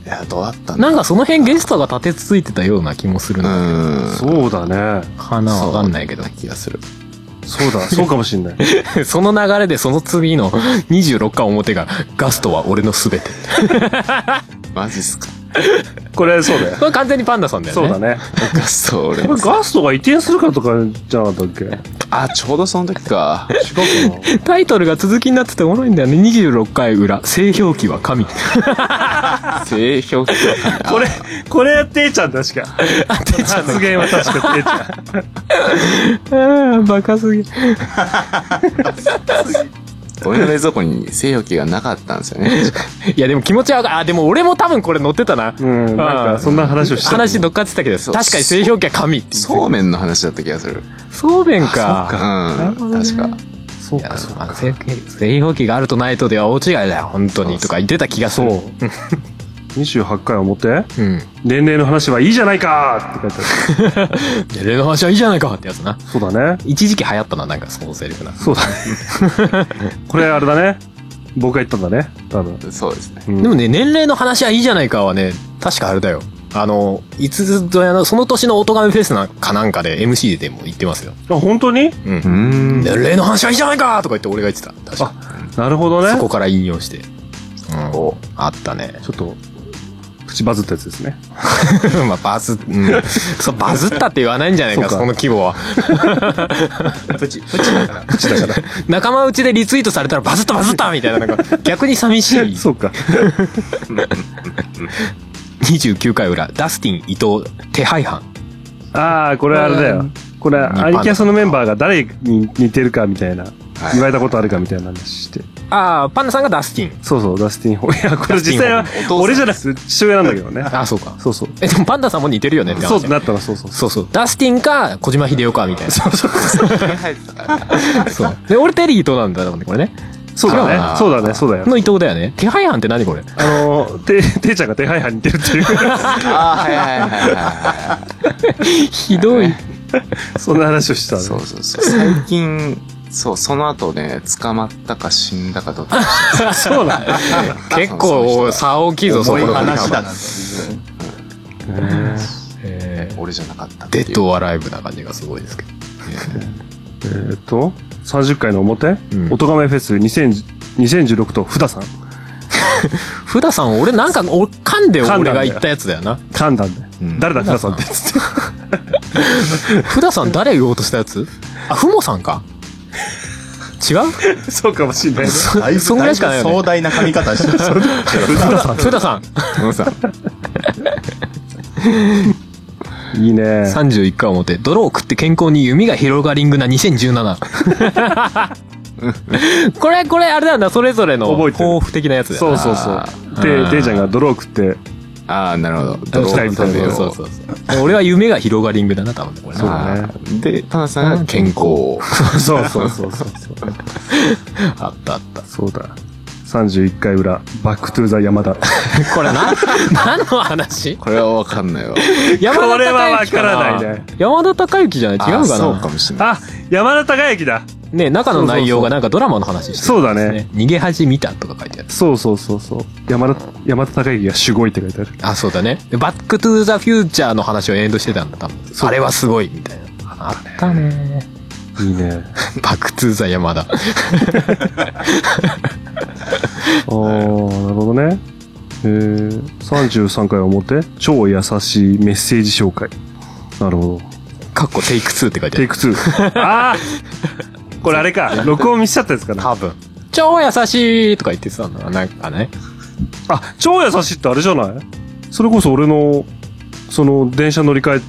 [SPEAKER 6] や、どうだったんだ
[SPEAKER 5] なんかその辺ゲストが立てついてたような気もする
[SPEAKER 6] う
[SPEAKER 5] な。
[SPEAKER 6] ん。
[SPEAKER 4] そうだね。
[SPEAKER 5] かなわかんないけど
[SPEAKER 6] そ。う気がする。
[SPEAKER 4] そうだ、そうかもしんない。
[SPEAKER 5] その流れでその次の26巻表がガストは俺のすべて。
[SPEAKER 6] マジっすか。
[SPEAKER 4] これ、そうだよ。
[SPEAKER 5] これ完全にパンダさんだよね。
[SPEAKER 4] そうだね。
[SPEAKER 6] ガスト、俺
[SPEAKER 4] これガストが移転するからとかじゃなかったっけ
[SPEAKER 6] あ、ちょうどその時か。
[SPEAKER 4] 違うかな
[SPEAKER 5] タイトルが続きになってておもろいんだよね。26回裏、性表記は神。
[SPEAKER 6] 性表記は
[SPEAKER 4] これ、これ、ていちゃん確か。発言は確かていちゃん。
[SPEAKER 5] ああ、バカすぎ。
[SPEAKER 6] 俺の冷蔵庫に性表記がなかったんですよね。
[SPEAKER 5] いや、でも気持ちはわかる。あ、でも俺も多分これ乗ってたな。
[SPEAKER 4] うん、なんか、そんな話をした。
[SPEAKER 5] 話乗っかってたけど、
[SPEAKER 6] そ
[SPEAKER 5] 確
[SPEAKER 6] う
[SPEAKER 5] かに性表記は神って言ってた
[SPEAKER 6] そうめんの話だった気がする。
[SPEAKER 5] そうめんか。
[SPEAKER 6] うん。確か。
[SPEAKER 5] そうか、そうか。性表記性表記があるとないとでは大違いだよ、本当に。とか言ってた気がす
[SPEAKER 4] そう
[SPEAKER 5] る。。
[SPEAKER 4] 28回表
[SPEAKER 5] うん。
[SPEAKER 4] 年齢の話はいいじゃないかって書いてあ
[SPEAKER 5] で例の話はいいじゃないかってやつな。
[SPEAKER 4] る。そうだね。
[SPEAKER 5] 一時期流行ったな、なんかそのセリフな。
[SPEAKER 4] そうだね。これあれだね。僕が言ったんだね。多分。
[SPEAKER 6] そうですね。
[SPEAKER 4] うん
[SPEAKER 5] でもね、年齢の話はいいじゃないかはね、確かあれだよ。あの、いつぞやの、その年のオトガメフェスなんかなんかで MC でも言ってますよ。
[SPEAKER 4] あ、本当に
[SPEAKER 5] うん。
[SPEAKER 6] うん。
[SPEAKER 5] 年齢の話はいいじゃないかとか言って俺が言ってた。確か。
[SPEAKER 4] なるほど
[SPEAKER 5] そ
[SPEAKER 4] ね
[SPEAKER 5] こ。から引用して。うん。あったね。
[SPEAKER 4] ちょっと、プチバズったやつですね。
[SPEAKER 5] まあ、バズ、うん。そう、バズったって言わないんじゃないか、
[SPEAKER 4] そ
[SPEAKER 5] そう
[SPEAKER 4] か
[SPEAKER 5] の規 模は。
[SPEAKER 7] プチ、プチだから。プチだから。
[SPEAKER 5] 仲間内でリツイートされたらバズったバズったみたいな、なんか、逆に寂し い。
[SPEAKER 4] そうか。
[SPEAKER 5] 29回裏、ダスティン、伊藤、手配犯。
[SPEAKER 4] ああ、これあれだよ。これ、アニキャスのメンバーが誰に似てるかみたいな、言われたことあるかみたいな話して。
[SPEAKER 5] ああ、パンダさんがダスティン。
[SPEAKER 4] そうそう、ダスティン・ホー。いや、これ実際は
[SPEAKER 6] ダスティンホールのお父さん
[SPEAKER 4] 俺じゃなくて父親なんだけどね。
[SPEAKER 5] ああ、そうか。
[SPEAKER 4] そうそう。
[SPEAKER 5] え、でもパンダさんも似てるよねって話
[SPEAKER 4] そうなったらそうそう。
[SPEAKER 5] そうそう。ダスティンか、小島秀夫か、みたいな。そうそうそう。で、俺テリー伊藤なんだもんね、これね。
[SPEAKER 4] そうだ
[SPEAKER 6] あ
[SPEAKER 4] ね。
[SPEAKER 6] ー
[SPEAKER 4] そうだね、そうだよ。
[SPEAKER 5] の伊藤だよね。手配犯って何これ
[SPEAKER 4] あの、て、ていちゃんが手配犯に似てるって いう、
[SPEAKER 6] ああ、はいはいはいはいは
[SPEAKER 5] ひどい。
[SPEAKER 4] そんな話をしてた
[SPEAKER 6] い。そ
[SPEAKER 4] ね
[SPEAKER 6] う。そうそう。最近、そう、その後ね、捕まったか死んだかどっち か。
[SPEAKER 4] そうだね。
[SPEAKER 5] 結構、差大きいぞ、そ
[SPEAKER 7] 重
[SPEAKER 5] こ
[SPEAKER 7] い
[SPEAKER 5] の
[SPEAKER 7] 話だな。
[SPEAKER 5] えー
[SPEAKER 6] 俺じゃなかったってい
[SPEAKER 5] デ
[SPEAKER 6] う。
[SPEAKER 5] ッド・オアライブな感じがすごいですけど。
[SPEAKER 4] えーっと、30回の表、
[SPEAKER 5] ん
[SPEAKER 4] おとがめフェス2000 2016と、ふださん。
[SPEAKER 5] ふださん、俺なんか、お噛んで俺が言ったやつだよな。
[SPEAKER 4] 噛んだんで。
[SPEAKER 6] ん
[SPEAKER 4] 誰だ、ふださんって。つって
[SPEAKER 5] ふださん、誰言おうとしたや つあ、ふもさん か。違う
[SPEAKER 4] そうかもしんないね。
[SPEAKER 7] だいぶ
[SPEAKER 5] そんぐらいしかないよね
[SPEAKER 7] だぶ壮大な髪型して る。それ
[SPEAKER 5] ふださん。ふださん。
[SPEAKER 4] いいね。
[SPEAKER 5] 31回表、泥を食って健康に弓が広がりんぐな2017。これ、これ、あれなんだ、それぞれの
[SPEAKER 4] 覚えてる
[SPEAKER 5] 抱負的なやつだよ
[SPEAKER 4] そ
[SPEAKER 5] な
[SPEAKER 4] うそうそう。で、ていちゃんが泥を食って、
[SPEAKER 6] ああ、なるほど。
[SPEAKER 4] ドローン
[SPEAKER 5] そうそうそうそうそう。俺は夢が広がりんぐだな、多分ねこれな
[SPEAKER 4] そう
[SPEAKER 6] あ
[SPEAKER 4] だ
[SPEAKER 6] ーで、タナさんが健康。
[SPEAKER 4] そうそうそうそうそう。
[SPEAKER 5] あったあった。
[SPEAKER 4] そうだ。31回裏、バックトゥーザ山田。
[SPEAKER 5] これな、何の話
[SPEAKER 6] これはわかん ないわ。
[SPEAKER 5] 山田
[SPEAKER 4] これは
[SPEAKER 5] 孝
[SPEAKER 4] わ
[SPEAKER 5] 之
[SPEAKER 4] か
[SPEAKER 5] からな
[SPEAKER 4] ないね。
[SPEAKER 5] 山田孝之じゃない違
[SPEAKER 6] あー
[SPEAKER 5] うか
[SPEAKER 6] そう
[SPEAKER 5] な
[SPEAKER 6] かもしれない。
[SPEAKER 4] あ、山田孝之だ。
[SPEAKER 5] ねえ中の内容がなんかドラマの話してるんです
[SPEAKER 4] そうだね。
[SPEAKER 5] 逃げ恥見たとか書いてある。
[SPEAKER 4] そうそうそうそう。山田、山田孝之がすごいって書いてある。
[SPEAKER 5] あ、そうだね。でバックトゥーザフューチャーの話をエンドしてたんだ、多分。あれはすごい、みたいな。 あったね。
[SPEAKER 4] いい ね。
[SPEAKER 5] バックトゥーザ山田。
[SPEAKER 4] おー、なるほどね。えー、33回表、超優しいメッセージ紹介。なるほど。
[SPEAKER 5] かっこテイク2って書いてあ
[SPEAKER 4] テイ
[SPEAKER 5] る。
[SPEAKER 4] ク2。あ ーこれあれか、録音見しちゃったやつかな。
[SPEAKER 5] 多分。超優しいとか言ってたんだなんかね。
[SPEAKER 4] あ、超優しいってあれじゃないそれこそ俺の、その、電車乗り換え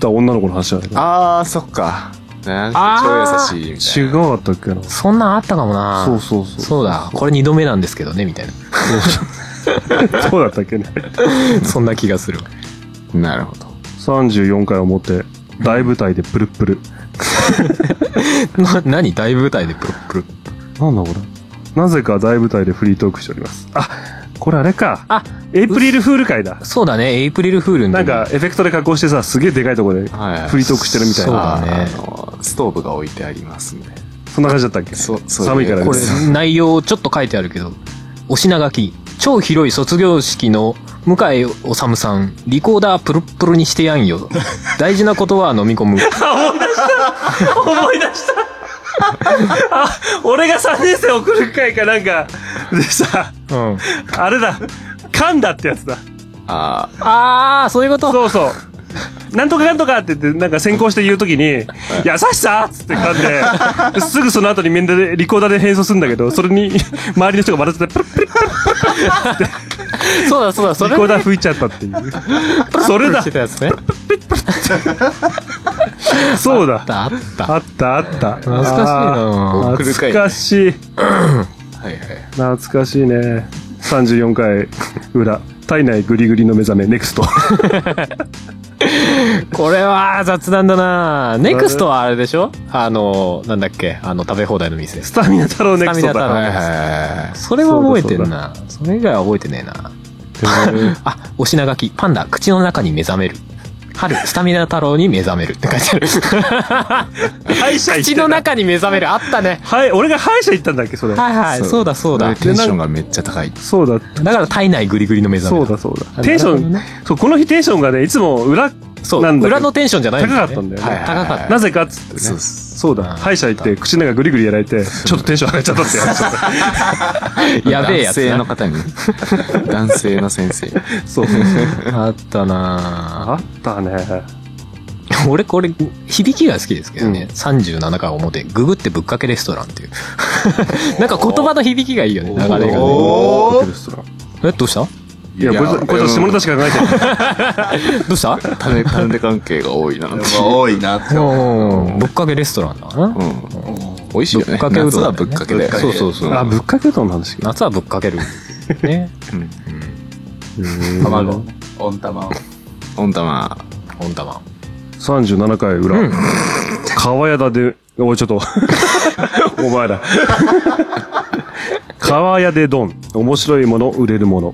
[SPEAKER 4] た女の子の話じゃないかな。
[SPEAKER 6] ああ、そっか。な
[SPEAKER 5] あ
[SPEAKER 6] んか
[SPEAKER 5] ー
[SPEAKER 6] 超優しいみた
[SPEAKER 4] 違
[SPEAKER 6] いな。
[SPEAKER 4] うかったっけな。
[SPEAKER 5] そんなんあったかもな
[SPEAKER 4] そうそうそう。
[SPEAKER 5] そうだ。これ二度目なんですけどね、みたいな。
[SPEAKER 4] そうだったっけね。
[SPEAKER 5] そんな気がするわ。
[SPEAKER 6] なるほど。
[SPEAKER 4] 34回表、大舞台でプルップル。
[SPEAKER 5] な、何大舞台でプルップル。
[SPEAKER 4] なんだこれ。なぜか大舞台でフリートークしております。あ、これあれか。
[SPEAKER 5] あ、
[SPEAKER 4] エイプリルフール会だ。
[SPEAKER 5] そうだね。エイプリルフールの
[SPEAKER 4] なん
[SPEAKER 5] 時
[SPEAKER 4] か、エフェクトで加工してさ、すげえでかいとこで、
[SPEAKER 6] はいはい
[SPEAKER 4] フリートークしてるみたい
[SPEAKER 5] そう
[SPEAKER 4] な。
[SPEAKER 5] だね
[SPEAKER 6] あーあのストーブが置いてありますね。
[SPEAKER 4] そんな感じだったっけ
[SPEAKER 6] そうそう
[SPEAKER 4] 寒いから
[SPEAKER 5] こ
[SPEAKER 4] で
[SPEAKER 5] れ
[SPEAKER 4] す。
[SPEAKER 5] 内容ちょっと書いてあるけど、お品書き。超広い卒業式の向井治さん、リコーダープルップルにしてやんよ。大事なことは飲み込む。
[SPEAKER 8] 思い出したあ俺が3年生送る会かなんかでさ
[SPEAKER 5] うん。
[SPEAKER 8] あれだ噛んだってやつだ
[SPEAKER 6] あ
[SPEAKER 5] ああ、そういうこ と。
[SPEAKER 8] そうそうなんとかかんとかって言ってなんか先行して言うときに「優しさ!」っつって噛ん ですぐその後に面でリコーダーで変奏するんだけどそれに周りの人が笑っててプルプルプル
[SPEAKER 5] そうだそうだ、そ
[SPEAKER 8] リ
[SPEAKER 5] れ
[SPEAKER 8] コー
[SPEAKER 5] で
[SPEAKER 8] ダー吹いちゃったっていうそれだ
[SPEAKER 5] してたやつね。
[SPEAKER 8] そうだ
[SPEAKER 5] あった。
[SPEAKER 8] あったあった懐
[SPEAKER 5] 懐かしいな
[SPEAKER 6] 送る会
[SPEAKER 8] 懐かしい
[SPEAKER 6] あ、はいはい。
[SPEAKER 4] 懐かしいね34回裏体内グリグリの目覚めネ クスト
[SPEAKER 5] これは雑談だなネクストはあれでしょあの、なんだっけあの、食べ放題の店。
[SPEAKER 8] スタミナ太郎ネクスト
[SPEAKER 5] スタミナ太
[SPEAKER 8] だ
[SPEAKER 5] 郎
[SPEAKER 6] はいはいはい。
[SPEAKER 5] それは覚えてるな。それ以外は覚えてねえな。あ、お品書き。パンダ、口の中に目覚める。春、スタミナ太郎に目覚めるって書いてある。
[SPEAKER 8] 歯医者行っ
[SPEAKER 5] 口
[SPEAKER 8] て
[SPEAKER 5] の
[SPEAKER 8] た
[SPEAKER 5] 中に目覚める。あったね。
[SPEAKER 8] はい俺が歯医者行ったんだっけそれ
[SPEAKER 5] はいはい。そうだそうだ。
[SPEAKER 6] テンションがめっちゃ高い。
[SPEAKER 4] そうだ
[SPEAKER 5] だから体内グリグリの目覚
[SPEAKER 4] そ
[SPEAKER 5] め
[SPEAKER 4] う
[SPEAKER 5] る。
[SPEAKER 4] だそうだ
[SPEAKER 8] テンシ
[SPEAKER 5] なるほ
[SPEAKER 8] ョン、
[SPEAKER 5] ど
[SPEAKER 8] そうこの日テンションがねいつも裏
[SPEAKER 5] そう
[SPEAKER 8] なんだけど
[SPEAKER 5] 裏のテンションじゃない
[SPEAKER 8] 高かったんだよね、
[SPEAKER 5] はい高かった。
[SPEAKER 8] なぜかっつって
[SPEAKER 6] そう
[SPEAKER 8] ね
[SPEAKER 6] っす。
[SPEAKER 4] そうだ歯医者行って口の中グリグリやられてちょっとテンション上がっちゃったってやつ
[SPEAKER 5] やべえやつな。
[SPEAKER 6] 男性の方に。男性の先生。
[SPEAKER 4] そう
[SPEAKER 5] あった
[SPEAKER 4] あ
[SPEAKER 5] な
[SPEAKER 4] ったね
[SPEAKER 5] ぁ俺これ、響きが好きですけどね。37回表、ググってぶっかけレストランっていう。なんか言葉の響きがいいよね、流れがね。
[SPEAKER 6] おー
[SPEAKER 5] え、どうしたど
[SPEAKER 6] い
[SPEAKER 4] いやこいつこいつは下ネタしか考えてないう
[SPEAKER 5] した
[SPEAKER 6] タネ、タネ関係が多いな。うん。
[SPEAKER 2] 多いなって。
[SPEAKER 5] うんぶっかけレストランだからな。
[SPEAKER 6] 美味しい
[SPEAKER 5] ぶ
[SPEAKER 6] よ
[SPEAKER 5] っ
[SPEAKER 6] ね。
[SPEAKER 5] かけう
[SPEAKER 6] 夏
[SPEAKER 5] ど
[SPEAKER 6] は
[SPEAKER 5] んだよ
[SPEAKER 6] ぶ
[SPEAKER 5] ね、
[SPEAKER 6] っかけで。
[SPEAKER 5] そうそうそう。
[SPEAKER 4] あぶっかけうどんなんですけど
[SPEAKER 5] 夏はぶっか ける。ね。
[SPEAKER 6] うん。
[SPEAKER 2] 卵。温玉を。
[SPEAKER 6] 温玉。
[SPEAKER 5] 温玉。
[SPEAKER 4] 37回裏、川屋田でおいちょっ とお前ら川屋でドン面白いもの売れるもの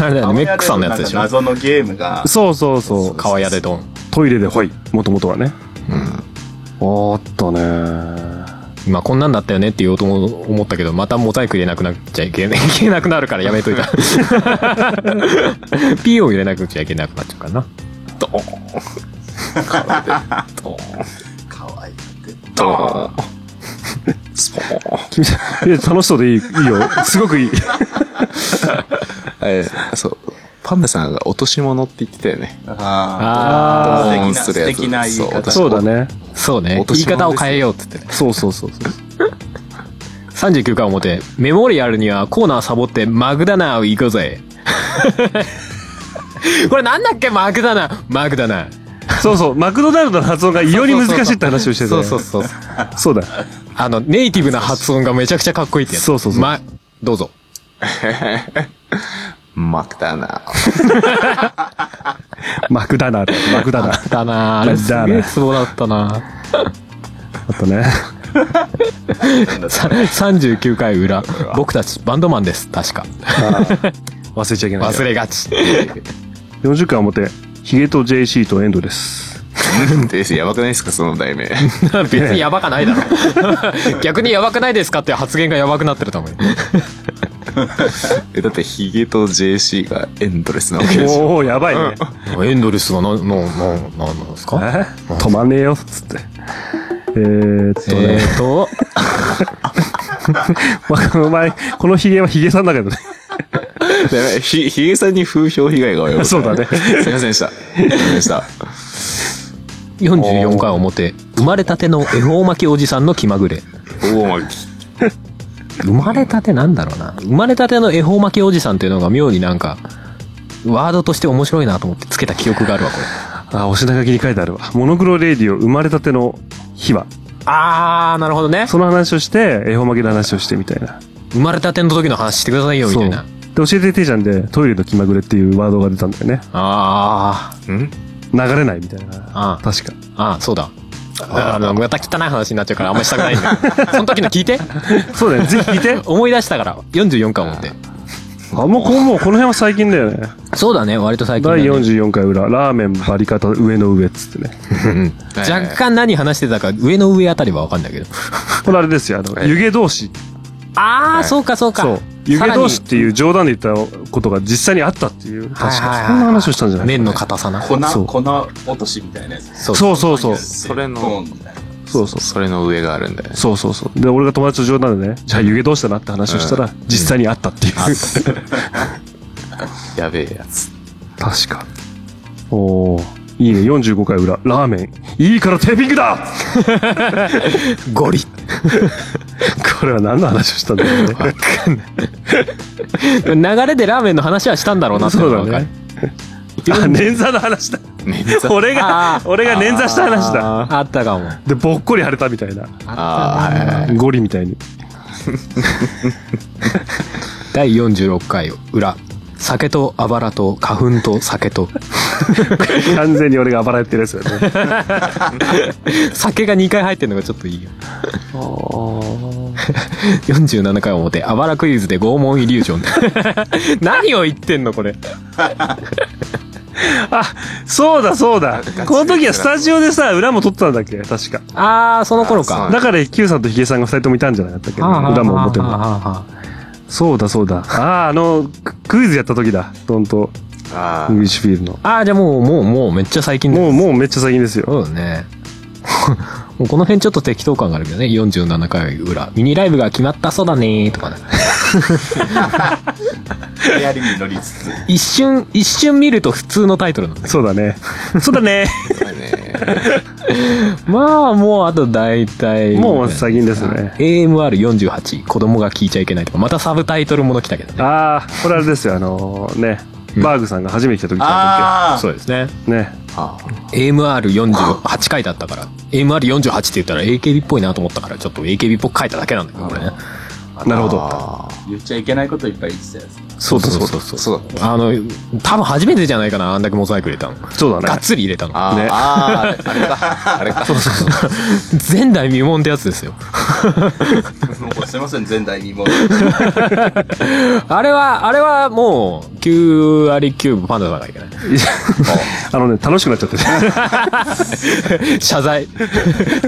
[SPEAKER 5] あれだよね、メックさんのやつでしょ
[SPEAKER 2] なん。か謎のゲームが、
[SPEAKER 4] そうそうそう
[SPEAKER 5] 川屋でドン。
[SPEAKER 4] トイレでほいもともとはねあったね
[SPEAKER 5] 今こんなんだったよねって言おうとも思ったけど、またモザイク入れなくなっちゃいけない。消えなくなるからやめといた。P を入れなくちゃいけなくなっちゃうからな。
[SPEAKER 2] かわいい。
[SPEAKER 6] ドーン。スポーン。
[SPEAKER 4] 君さ んいや楽しそうでいいいいよすごくいい
[SPEAKER 6] えーそう。パンダさんが落とし物って言ってたよね。
[SPEAKER 2] あ
[SPEAKER 5] あ
[SPEAKER 2] あ
[SPEAKER 6] ドーン
[SPEAKER 2] 素敵な
[SPEAKER 6] するやつ
[SPEAKER 4] そうだ。ね
[SPEAKER 5] あ、そうね
[SPEAKER 6] 落。と
[SPEAKER 5] 言
[SPEAKER 6] し
[SPEAKER 5] い
[SPEAKER 6] 物です
[SPEAKER 5] 方を変えようって言ってね。
[SPEAKER 4] そうそうそうそう
[SPEAKER 5] 39回表、メモリアルにはコーナーサボってマグダナー行こうぜ。これなんだっけマグダナー。マグダナー。
[SPEAKER 4] そうそうマクドナルドの発音が異様に難しいって話をしてた
[SPEAKER 5] そ
[SPEAKER 4] よ
[SPEAKER 5] う
[SPEAKER 4] ね
[SPEAKER 5] そうそう。
[SPEAKER 4] そうだ
[SPEAKER 5] あの、ネイティブな発音がめちゃくちゃかっこいいってやつ。
[SPEAKER 4] そうそうそう
[SPEAKER 5] ま、どうぞ。
[SPEAKER 6] マクダナ
[SPEAKER 4] マクダナルマクダナ
[SPEAKER 5] あったなあれすげえツボだったな
[SPEAKER 4] あったね
[SPEAKER 5] さ39回裏。僕たちバンドマンです、確か。
[SPEAKER 4] 忘れちゃいけない
[SPEAKER 5] 忘れがち。
[SPEAKER 4] 40回表ヒゲと JC とエンドです
[SPEAKER 6] ー。ですやばくないですか、その題名。
[SPEAKER 5] 別にやばかないだろ。逆にやばくないですかっていう発言がやばくなってると思うよ。
[SPEAKER 6] えだって、ヒゲと JC がエンドレスなわけでしょ。
[SPEAKER 4] おおやばいね
[SPEAKER 5] エンドレスがな、な、な、なんなんですか
[SPEAKER 4] え止まんねえよっつってえー、っと
[SPEAKER 5] え
[SPEAKER 4] ね、
[SPEAKER 5] ーと、
[SPEAKER 4] まこの前このヒゲはヒゲさんだけどね
[SPEAKER 6] やばい ひ、ヒゲさんに風評被害が及ぶ。
[SPEAKER 4] そうだね。
[SPEAKER 6] すいませんでした。すいませんでした。
[SPEAKER 5] 44回表、生まれたての恵方巻きおじさんの気まぐれ。
[SPEAKER 6] 大巻き。
[SPEAKER 5] 生まれたてなんだろうな。生まれたての恵方巻きおじさんっていうのが妙になんか、ワードとして面白いなと思ってつけた記憶があるわ、これ。
[SPEAKER 4] あお品書きに書いてあるわモノクロレディオ生まれたての秘話
[SPEAKER 5] あー、なるほどね。
[SPEAKER 4] その話をして恵方巻きの話をしてみたいな
[SPEAKER 5] 生まれたての時の話してくださいよ、みたいな。
[SPEAKER 4] そうで教えててーちゃんでトイレの気まぐれっていうワードが出たんだよね
[SPEAKER 5] あー、
[SPEAKER 4] 流れないみたいな
[SPEAKER 5] あー
[SPEAKER 4] 確か
[SPEAKER 5] あー、そうだ。あの、また汚い話になっちゃうからあんまりしたくないんだ。その時の聞いて。
[SPEAKER 4] そうだよねぜひ聞いて
[SPEAKER 5] 思い出したから、44巻持って。
[SPEAKER 4] あもうこもうこの辺は最近だよね
[SPEAKER 5] そうだね、割と最近だ
[SPEAKER 4] 第
[SPEAKER 5] ね、
[SPEAKER 4] 44回裏ラーメンバリカタ上の上っつ ってね
[SPEAKER 5] 若干何話してたか、上の上あたりはわかんないけど。
[SPEAKER 4] これあれですよあの湯気同士
[SPEAKER 8] ああ、
[SPEAKER 6] はい
[SPEAKER 8] そうかそうか。
[SPEAKER 4] そう。湯気同士っ
[SPEAKER 8] さ
[SPEAKER 4] ていう冗談で言ったことが実際にあったっていう、確か、そん
[SPEAKER 8] はいはいはい
[SPEAKER 4] な話をしたんじゃ
[SPEAKER 8] ら
[SPEAKER 4] な
[SPEAKER 8] に
[SPEAKER 4] い
[SPEAKER 8] 麺の硬さな。
[SPEAKER 7] 粉、
[SPEAKER 4] そう
[SPEAKER 7] 粉落としみたいなやつ。
[SPEAKER 8] そう
[SPEAKER 4] そうそうそう。
[SPEAKER 6] それの
[SPEAKER 7] コーンみたいな。
[SPEAKER 4] そうそう。
[SPEAKER 6] それの上があるんだよね。
[SPEAKER 4] そうそうそう。で、俺が友達と冗談でね、じゃあ湯気どうしたなって話をしたら、実際にあったっていう。確
[SPEAKER 6] やべえやつ。
[SPEAKER 4] か。おお いいね、45回裏。ラーメン。いいからテーピングだ
[SPEAKER 8] ゴリ。
[SPEAKER 4] これは何の話をしたんだろうね。
[SPEAKER 8] 流れでラーメンの話はしたんだろうなってい
[SPEAKER 4] そう
[SPEAKER 8] のが
[SPEAKER 4] う
[SPEAKER 8] 分
[SPEAKER 4] だ
[SPEAKER 8] かる
[SPEAKER 4] ね。あ、捻挫の話だ。
[SPEAKER 6] ね 座
[SPEAKER 4] 俺が
[SPEAKER 8] あ、ー
[SPEAKER 4] 俺が捻挫した話だ。
[SPEAKER 8] あーあったかも。
[SPEAKER 4] で、ぼっこり腫れたみたいな。
[SPEAKER 6] ああ、はいはい。
[SPEAKER 4] ゴリみたいに。
[SPEAKER 8] 第46回裏。酒とあばらと花粉と酒と。
[SPEAKER 4] 完全に俺が暴れてるやつだよね。
[SPEAKER 8] 酒が2回入ってんのがちょっといいよ。47回表、あばらクイズで拷問イリュージョン。何を言ってんの、これ。
[SPEAKER 4] あ、そうだそうだ。この時はスタジオでさ、裏も撮ってたんだっけ確か。
[SPEAKER 8] あー、その頃か。
[SPEAKER 4] だから Q さんとヒゲさんが二人ともいたんじゃなかったっけ
[SPEAKER 8] あー
[SPEAKER 4] 裏も表
[SPEAKER 8] あー
[SPEAKER 4] も。
[SPEAKER 8] あーあー
[SPEAKER 4] そうだそうだ。ああ、あの、ククイズやった時だ。ドンと、
[SPEAKER 6] あ
[SPEAKER 4] ウィッシュフィールド
[SPEAKER 8] あー、じゃあもう、もう、もう、めっちゃ最近
[SPEAKER 4] の。
[SPEAKER 8] だよ
[SPEAKER 4] もう、もうめっちゃ最近ですよ。
[SPEAKER 8] そうだね。 もうこの辺ちょっと適当感があるけどね。47回裏。ミニライブが決まった、そうだねーとかね。
[SPEAKER 7] 流行りに乗りつつ。
[SPEAKER 8] 一瞬、一瞬見ると普通のタイトルなんだけ
[SPEAKER 4] そうだね。そうだね。
[SPEAKER 6] あ、ね。
[SPEAKER 8] ど。まあ、もうあと大体。
[SPEAKER 4] もう最近ですね。
[SPEAKER 8] AMR48、子供が聞いちゃいけないとか、またサブタイトルもの来たけどね。
[SPEAKER 4] ああ、これあれですよ、あのーね。
[SPEAKER 8] ん
[SPEAKER 4] バーグさんが初めて来た時なんだ
[SPEAKER 7] あ
[SPEAKER 8] そうですね。
[SPEAKER 4] っけね。
[SPEAKER 6] あ
[SPEAKER 8] AMR48 回だったから、AMR48 って言ったら AKB っぽいなと思ったから、ちょっと AKB っぽく書いただけなんだけど、これね。
[SPEAKER 4] なるほど。
[SPEAKER 6] あ
[SPEAKER 7] あ。言っちゃいけないこといっぱい言ってたやつ。
[SPEAKER 8] そうそうそうそう。
[SPEAKER 6] そうだっ
[SPEAKER 8] あの、多分初めてじゃないかな、あんだけモザイク入れたの。
[SPEAKER 4] そう
[SPEAKER 8] が
[SPEAKER 4] だ
[SPEAKER 8] っ
[SPEAKER 4] ね。
[SPEAKER 8] つり入れたの。
[SPEAKER 6] あー、
[SPEAKER 4] ね
[SPEAKER 6] あーあれか。あれか。そうそうそう。
[SPEAKER 8] 前代未聞ってやつですよ。
[SPEAKER 7] も うすいません、前代未聞。
[SPEAKER 8] あれは、あれはもう、9割9分パンダさんがいけない。
[SPEAKER 4] あのね、楽しくなっちゃってね。
[SPEAKER 8] 謝罪。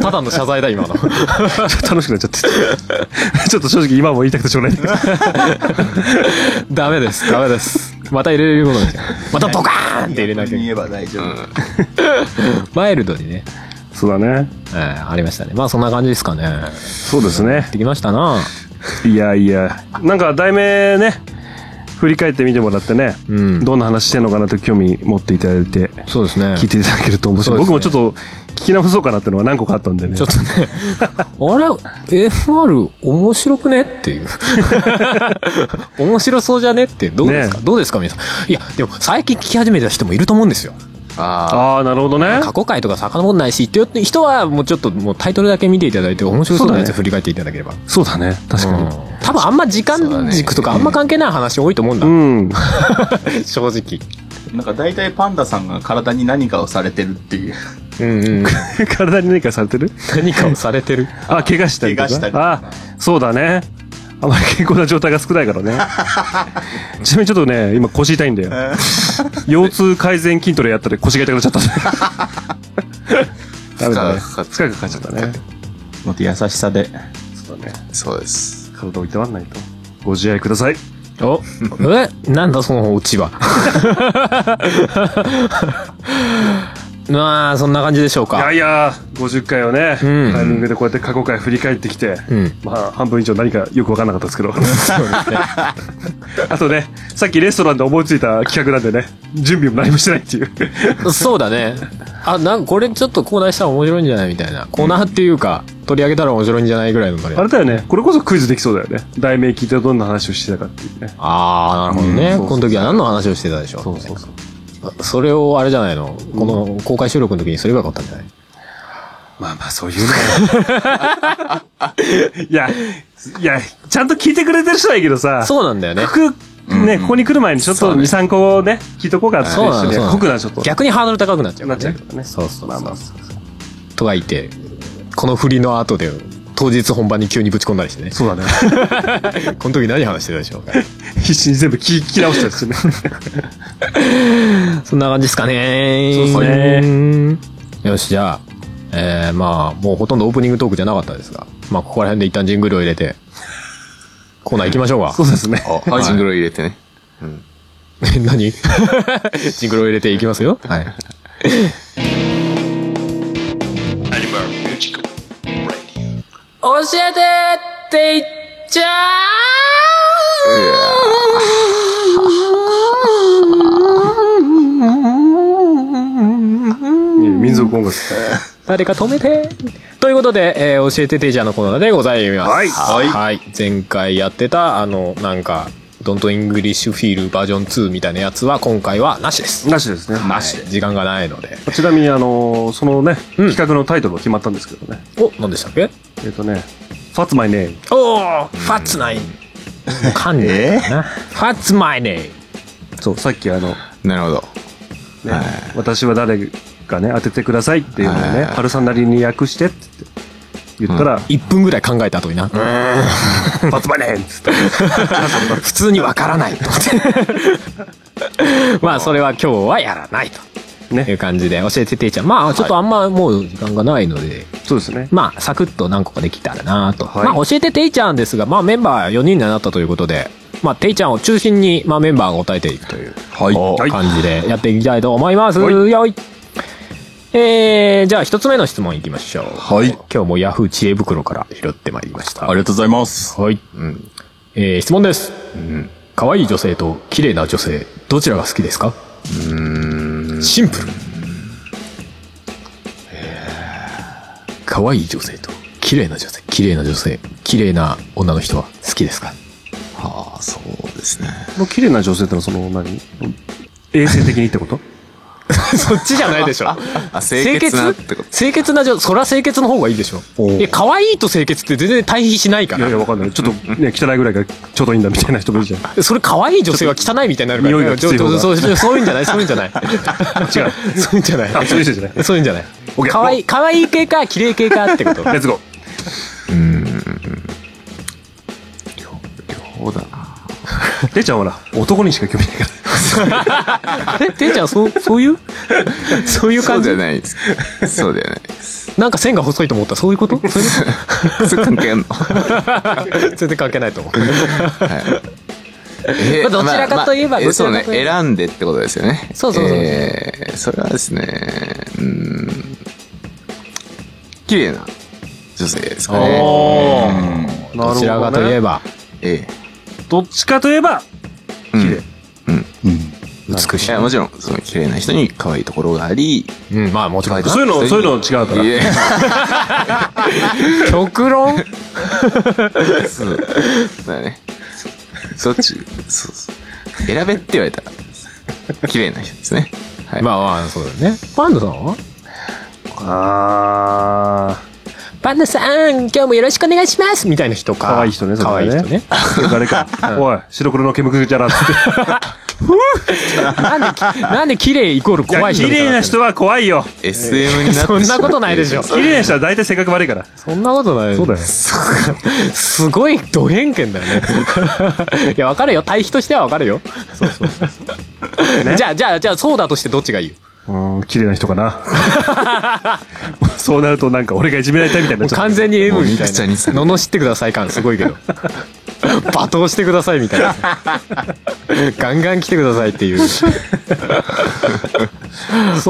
[SPEAKER 8] ただの謝罪だ、今の。
[SPEAKER 4] 楽しくなっちゃってて。ちょっと正直今も言いたくてしょうがないんだけど。
[SPEAKER 8] ダメです、ダメです。また入れることにしようまたボカーンって入れなきゃいけ
[SPEAKER 7] 言
[SPEAKER 8] ない。
[SPEAKER 7] えば大丈夫。
[SPEAKER 8] マイルドにね、
[SPEAKER 4] そうだね。
[SPEAKER 8] えーありましたね。まあそんな感じですかね。
[SPEAKER 4] そうですね。
[SPEAKER 8] できましたない
[SPEAKER 4] やいや。なんか題名ね、振り返ってみてもらってね、
[SPEAKER 8] うん
[SPEAKER 4] どんな話してんのかなと興味持っていただいて、
[SPEAKER 8] そうですね
[SPEAKER 4] 聞いていただけると面白い。僕
[SPEAKER 8] そう
[SPEAKER 4] も
[SPEAKER 8] です
[SPEAKER 4] ちょ
[SPEAKER 8] ね
[SPEAKER 4] っと聞き直そうかなってのは何個かあったんでね。
[SPEAKER 8] ちょっとね、あれ、FR 面白くねっていう。 面白そうじゃねっていう。どうですか、
[SPEAKER 4] ね
[SPEAKER 8] どうですか皆さん。いや、でも最近聞き始めた人もいると思うんですよ。
[SPEAKER 6] あ
[SPEAKER 4] ああ、なるほどね。
[SPEAKER 8] 過去回とか遡んないし、っていう人はもうちょっともうタイトルだけ見ていただいて、面白そうなやつ振り返っていただければ。
[SPEAKER 4] そうだね。確かに。
[SPEAKER 8] うん多分あんま時間軸とかあんま関係ない話多いと思うんだ
[SPEAKER 4] う。ん。
[SPEAKER 8] 正直。
[SPEAKER 7] なんか大体パンダさんが体に何かをされてるっていう。
[SPEAKER 8] うんうん。
[SPEAKER 4] 体に何かされてる
[SPEAKER 8] 何かをされてる。
[SPEAKER 4] あ、怪我したりとか。
[SPEAKER 7] 怪我したりと
[SPEAKER 4] あ
[SPEAKER 7] か
[SPEAKER 4] そうだね。あまり健康な状態が少ないからね。ちなみにちょっとね、今腰痛いんだよ。腰痛改善筋トレやったら腰が痛くなっちゃった。ダメだね。
[SPEAKER 6] 負荷がかかっ
[SPEAKER 4] 負荷がかかっちゃったね。
[SPEAKER 7] もっと優しさで。
[SPEAKER 6] あ、そうです。
[SPEAKER 4] 体をいたわんないと。ご自愛ください。
[SPEAKER 8] お、えなんだそのオチは。 まあ、そんな感じでしょう
[SPEAKER 4] いや
[SPEAKER 8] か。
[SPEAKER 4] いや、50回をね、
[SPEAKER 8] ん
[SPEAKER 4] タイミングでこうやって過去回振り返ってきて、
[SPEAKER 8] うん。
[SPEAKER 4] まあ、半分以上何かよくわかんなかったです けど。あとね、さっきレストランで思いついた企画なんでね、準備も何もしてないっていう。
[SPEAKER 8] そうだね。あ、なんかこれちょっとコーナーしたら面白いんじゃないみたいな。コーナーっていうか、取り上げたら面白いんじゃないぐらいのノリ
[SPEAKER 4] あれだよね。これこそクイズできそうだよね。題名聞いてどんな話をしてたかっていうね。
[SPEAKER 8] ああ、なるほどね。この時は何の話をしてたでしょう。そうそうそう。それをあれじゃないのこの公開収録の時にすればよかったんじゃない
[SPEAKER 4] まあまあ、そういうのいや、いや、ちゃんと聞いてくれてる人はいいけどさ、
[SPEAKER 8] そうなんだよね。
[SPEAKER 4] 服、ね、ここに来る前にちょっと2、3個をね、聞いとこうかって
[SPEAKER 8] そうなの
[SPEAKER 4] ね
[SPEAKER 8] そうなの
[SPEAKER 4] 濃くな、ちょっと。
[SPEAKER 8] 逆にハードル高くなっちゃう
[SPEAKER 4] な
[SPEAKER 8] か
[SPEAKER 4] っちゃ
[SPEAKER 8] ら
[SPEAKER 4] う
[SPEAKER 8] ね
[SPEAKER 4] け。どね。
[SPEAKER 8] そうそうそう
[SPEAKER 4] まあまあ、そ
[SPEAKER 8] とか言って、この振りの後で、当日本番に急にぶち込んだりしてね。
[SPEAKER 4] うだね。
[SPEAKER 8] この時何話してたでしょうか。
[SPEAKER 4] 必死に全部聞き聞き直したり してね。
[SPEAKER 8] そんな感じですかね。
[SPEAKER 4] そうです
[SPEAKER 8] よし、じゃあ、えー、まあ、もうほとんどオープニングトークじゃなかったですが、まあ、ここら辺で一旦ジングルを入れて、コーナー行きましょうか。
[SPEAKER 4] そうですね。
[SPEAKER 6] あ、ジングルを入れてね。
[SPEAKER 8] 何ジングルを入れていきますよ。はい。
[SPEAKER 5] 教えてって言っちゃ
[SPEAKER 4] いい民族音楽。
[SPEAKER 8] 誰か止めてということで、えー教えてテーチャーのコーナーでございます。
[SPEAKER 4] はい
[SPEAKER 8] はい。前回やってた、あの、なんか、ドントイングリッシュフィールバージョン2みたいなやつは今回はなしです。
[SPEAKER 4] なしですね。
[SPEAKER 8] なし、時間がないので。
[SPEAKER 4] ちなみに、あの、そのね、
[SPEAKER 8] うん
[SPEAKER 4] 企画のタイトルが決まったんですけどね。
[SPEAKER 8] お、何でしたっけ
[SPEAKER 4] えっとね、What's My Name?
[SPEAKER 8] おーファッツナイン。もうかんねえかな。ファッツマイネイ。
[SPEAKER 4] そう、さっきあの、
[SPEAKER 6] なるほど。
[SPEAKER 4] ね、私は誰かね、当ててくださいっていうのを
[SPEAKER 6] はいはい
[SPEAKER 4] ね、
[SPEAKER 6] はい
[SPEAKER 4] 春さんなりに訳してって言ったら、
[SPEAKER 8] 1分ぐらい考えた後にな。ファッツマイネイ普通にわからないと思って。まあ、それは今日はやらないと。
[SPEAKER 4] ね
[SPEAKER 8] いう感じで教えててーちゃん。まあ、ちょっとあんまもう時間がないので、
[SPEAKER 4] そうですね。
[SPEAKER 8] まあ、サクッと何個かできたらなと。
[SPEAKER 4] はい
[SPEAKER 8] まあ、教えてていちゃんですが、まあ、メンバー4人になったということで、まあ、ていちゃんを中心に、まあ、メンバーが答えていくという、
[SPEAKER 4] はい
[SPEAKER 8] 感じでやっていきたいと思います。よい。えー、じゃあ、一つ目の質問いきましょう。
[SPEAKER 7] はい
[SPEAKER 8] 今日もヤフー知恵袋から拾ってまいりました。
[SPEAKER 7] ありがとうございます。
[SPEAKER 8] はい。えー質問です。可愛い女性と綺麗な女性、どちらが好きですかシンプル。可愛い女性と綺麗な女性、綺麗な女性、綺麗な女の人は好き ですか
[SPEAKER 6] ああ、そうですね。
[SPEAKER 4] もう綺麗な女性ってのはその何衛生的にってこと
[SPEAKER 8] そっちじゃないでしょ。
[SPEAKER 6] あ、 清潔なってこと。
[SPEAKER 8] 清潔な女、そら清潔の方がいいでしょ。いや、可愛いと清潔って全然対比しないか
[SPEAKER 4] いやい
[SPEAKER 8] ら。
[SPEAKER 4] や、わかんない。ちょっとね、汚いぐらいがちょうどいいんだみたいな人もいるじゃん。
[SPEAKER 8] それ可愛い女性は汚いみたいになるから。
[SPEAKER 4] 匂いがきつい方が
[SPEAKER 8] そうそうそういうんじゃないそういうんじゃない
[SPEAKER 4] 違う。
[SPEAKER 8] そういうんじゃない
[SPEAKER 4] あ、そういう人じゃない。
[SPEAKER 8] そういうんじゃない。
[SPEAKER 4] OK
[SPEAKER 8] かわいい、かわいい系か、綺麗系かってこと。
[SPEAKER 4] レ ッツゴー。
[SPEAKER 6] そうだな。
[SPEAKER 4] てっちゃんはほら、男にしか興味ないから。
[SPEAKER 8] え、てんちゃん、そう、そういうそういう
[SPEAKER 6] そ
[SPEAKER 8] 感
[SPEAKER 6] うじ
[SPEAKER 8] じ
[SPEAKER 6] ゃないです。そうじゃないです。
[SPEAKER 8] なんか線が細いと思った。そういうことそういうこ
[SPEAKER 6] それ関係あんの
[SPEAKER 8] と 全然関係ないと思う。
[SPEAKER 6] え
[SPEAKER 8] まあどちらか といえば
[SPEAKER 6] まあ
[SPEAKER 8] どちら
[SPEAKER 6] そう
[SPEAKER 8] か
[SPEAKER 6] ね。
[SPEAKER 8] といえ
[SPEAKER 6] 選んでってことですよね。
[SPEAKER 8] そうそうそうそう
[SPEAKER 6] えーそれはですね、うーん。綺麗な女性ですかね。
[SPEAKER 8] おどちらがといえば、
[SPEAKER 6] ええ。
[SPEAKER 4] どっちかといえば、
[SPEAKER 6] 綺
[SPEAKER 4] 麗。
[SPEAKER 8] 美し
[SPEAKER 6] いや、もちろん、その綺麗な人に可愛いところがあり、
[SPEAKER 8] い。うん、まあ、もちろん。
[SPEAKER 4] そういうの、そういうの違うから。
[SPEAKER 6] いや
[SPEAKER 8] 極論
[SPEAKER 6] そうそうだね。そっち、そうそう。選べって言われたら、綺麗な人ですね。はい。
[SPEAKER 8] まあまあ、そうだよね。パンダさんは
[SPEAKER 4] あ
[SPEAKER 8] パンダさん、今日もよろしくお願いしますみたいな人か。
[SPEAKER 4] 可愛い人ねそれ
[SPEAKER 8] 可
[SPEAKER 4] は
[SPEAKER 8] 愛
[SPEAKER 4] ね
[SPEAKER 8] い人ね。
[SPEAKER 4] ー。誰か、おい、白黒の煙くじゃなっつ って。
[SPEAKER 8] なんでき、なんで綺麗イコール
[SPEAKER 9] いや
[SPEAKER 8] 怖い人
[SPEAKER 9] 綺
[SPEAKER 8] みたい
[SPEAKER 9] 麗な人は怖いよ
[SPEAKER 6] SM になってしま
[SPEAKER 8] そ
[SPEAKER 6] うん
[SPEAKER 8] なことないで しょ。
[SPEAKER 9] 綺麗な人は大体性格悪いから
[SPEAKER 8] そんなことない
[SPEAKER 4] そうだよ。
[SPEAKER 8] すごいド偏見だよね。いや、わかるよ。対比としてはわかるよ。じゃあ、じゃあ、じゃあ、そうだとしてどっちがいい
[SPEAKER 4] うん、綺麗な人かな。 そうなるとなんか俺がいじめられたいみたいになっ
[SPEAKER 8] もう
[SPEAKER 4] ちゃう。
[SPEAKER 8] 完全に M みたい
[SPEAKER 6] もう肉ちゃ
[SPEAKER 8] な。
[SPEAKER 6] んにさ
[SPEAKER 8] 罵ってください感すごいけど。罵倒してくださいみたいな。ガンガン来てくださいっていう。そ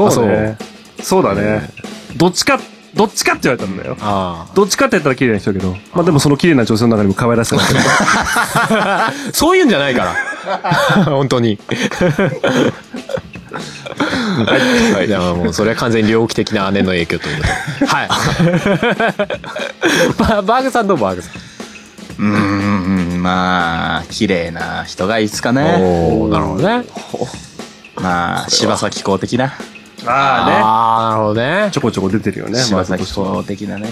[SPEAKER 8] う
[SPEAKER 4] そう
[SPEAKER 8] ね。
[SPEAKER 4] ね。そうだね。どっちか、どっちかって言われたんだよ。
[SPEAKER 8] あ
[SPEAKER 4] どっちかって言ったら綺麗な人だけど、まあでもその綺麗な女性の中にも可愛らしさがあって。
[SPEAKER 8] あ。そういうんじゃないから。本当に。はい。じゃあもう、それは完全に猟奇的な姉の影響ということで。はい。 ババーグさんどうもバーグさん。
[SPEAKER 7] うーん、まあ、綺麗な人がいいっすかね。
[SPEAKER 8] おおなるほどね。
[SPEAKER 7] まあ、柴咲コウ的な。
[SPEAKER 4] ああね。
[SPEAKER 8] ああ、なるほどね
[SPEAKER 4] ち。ょこちょこ出てるよね。
[SPEAKER 7] 柴咲コウ的なね。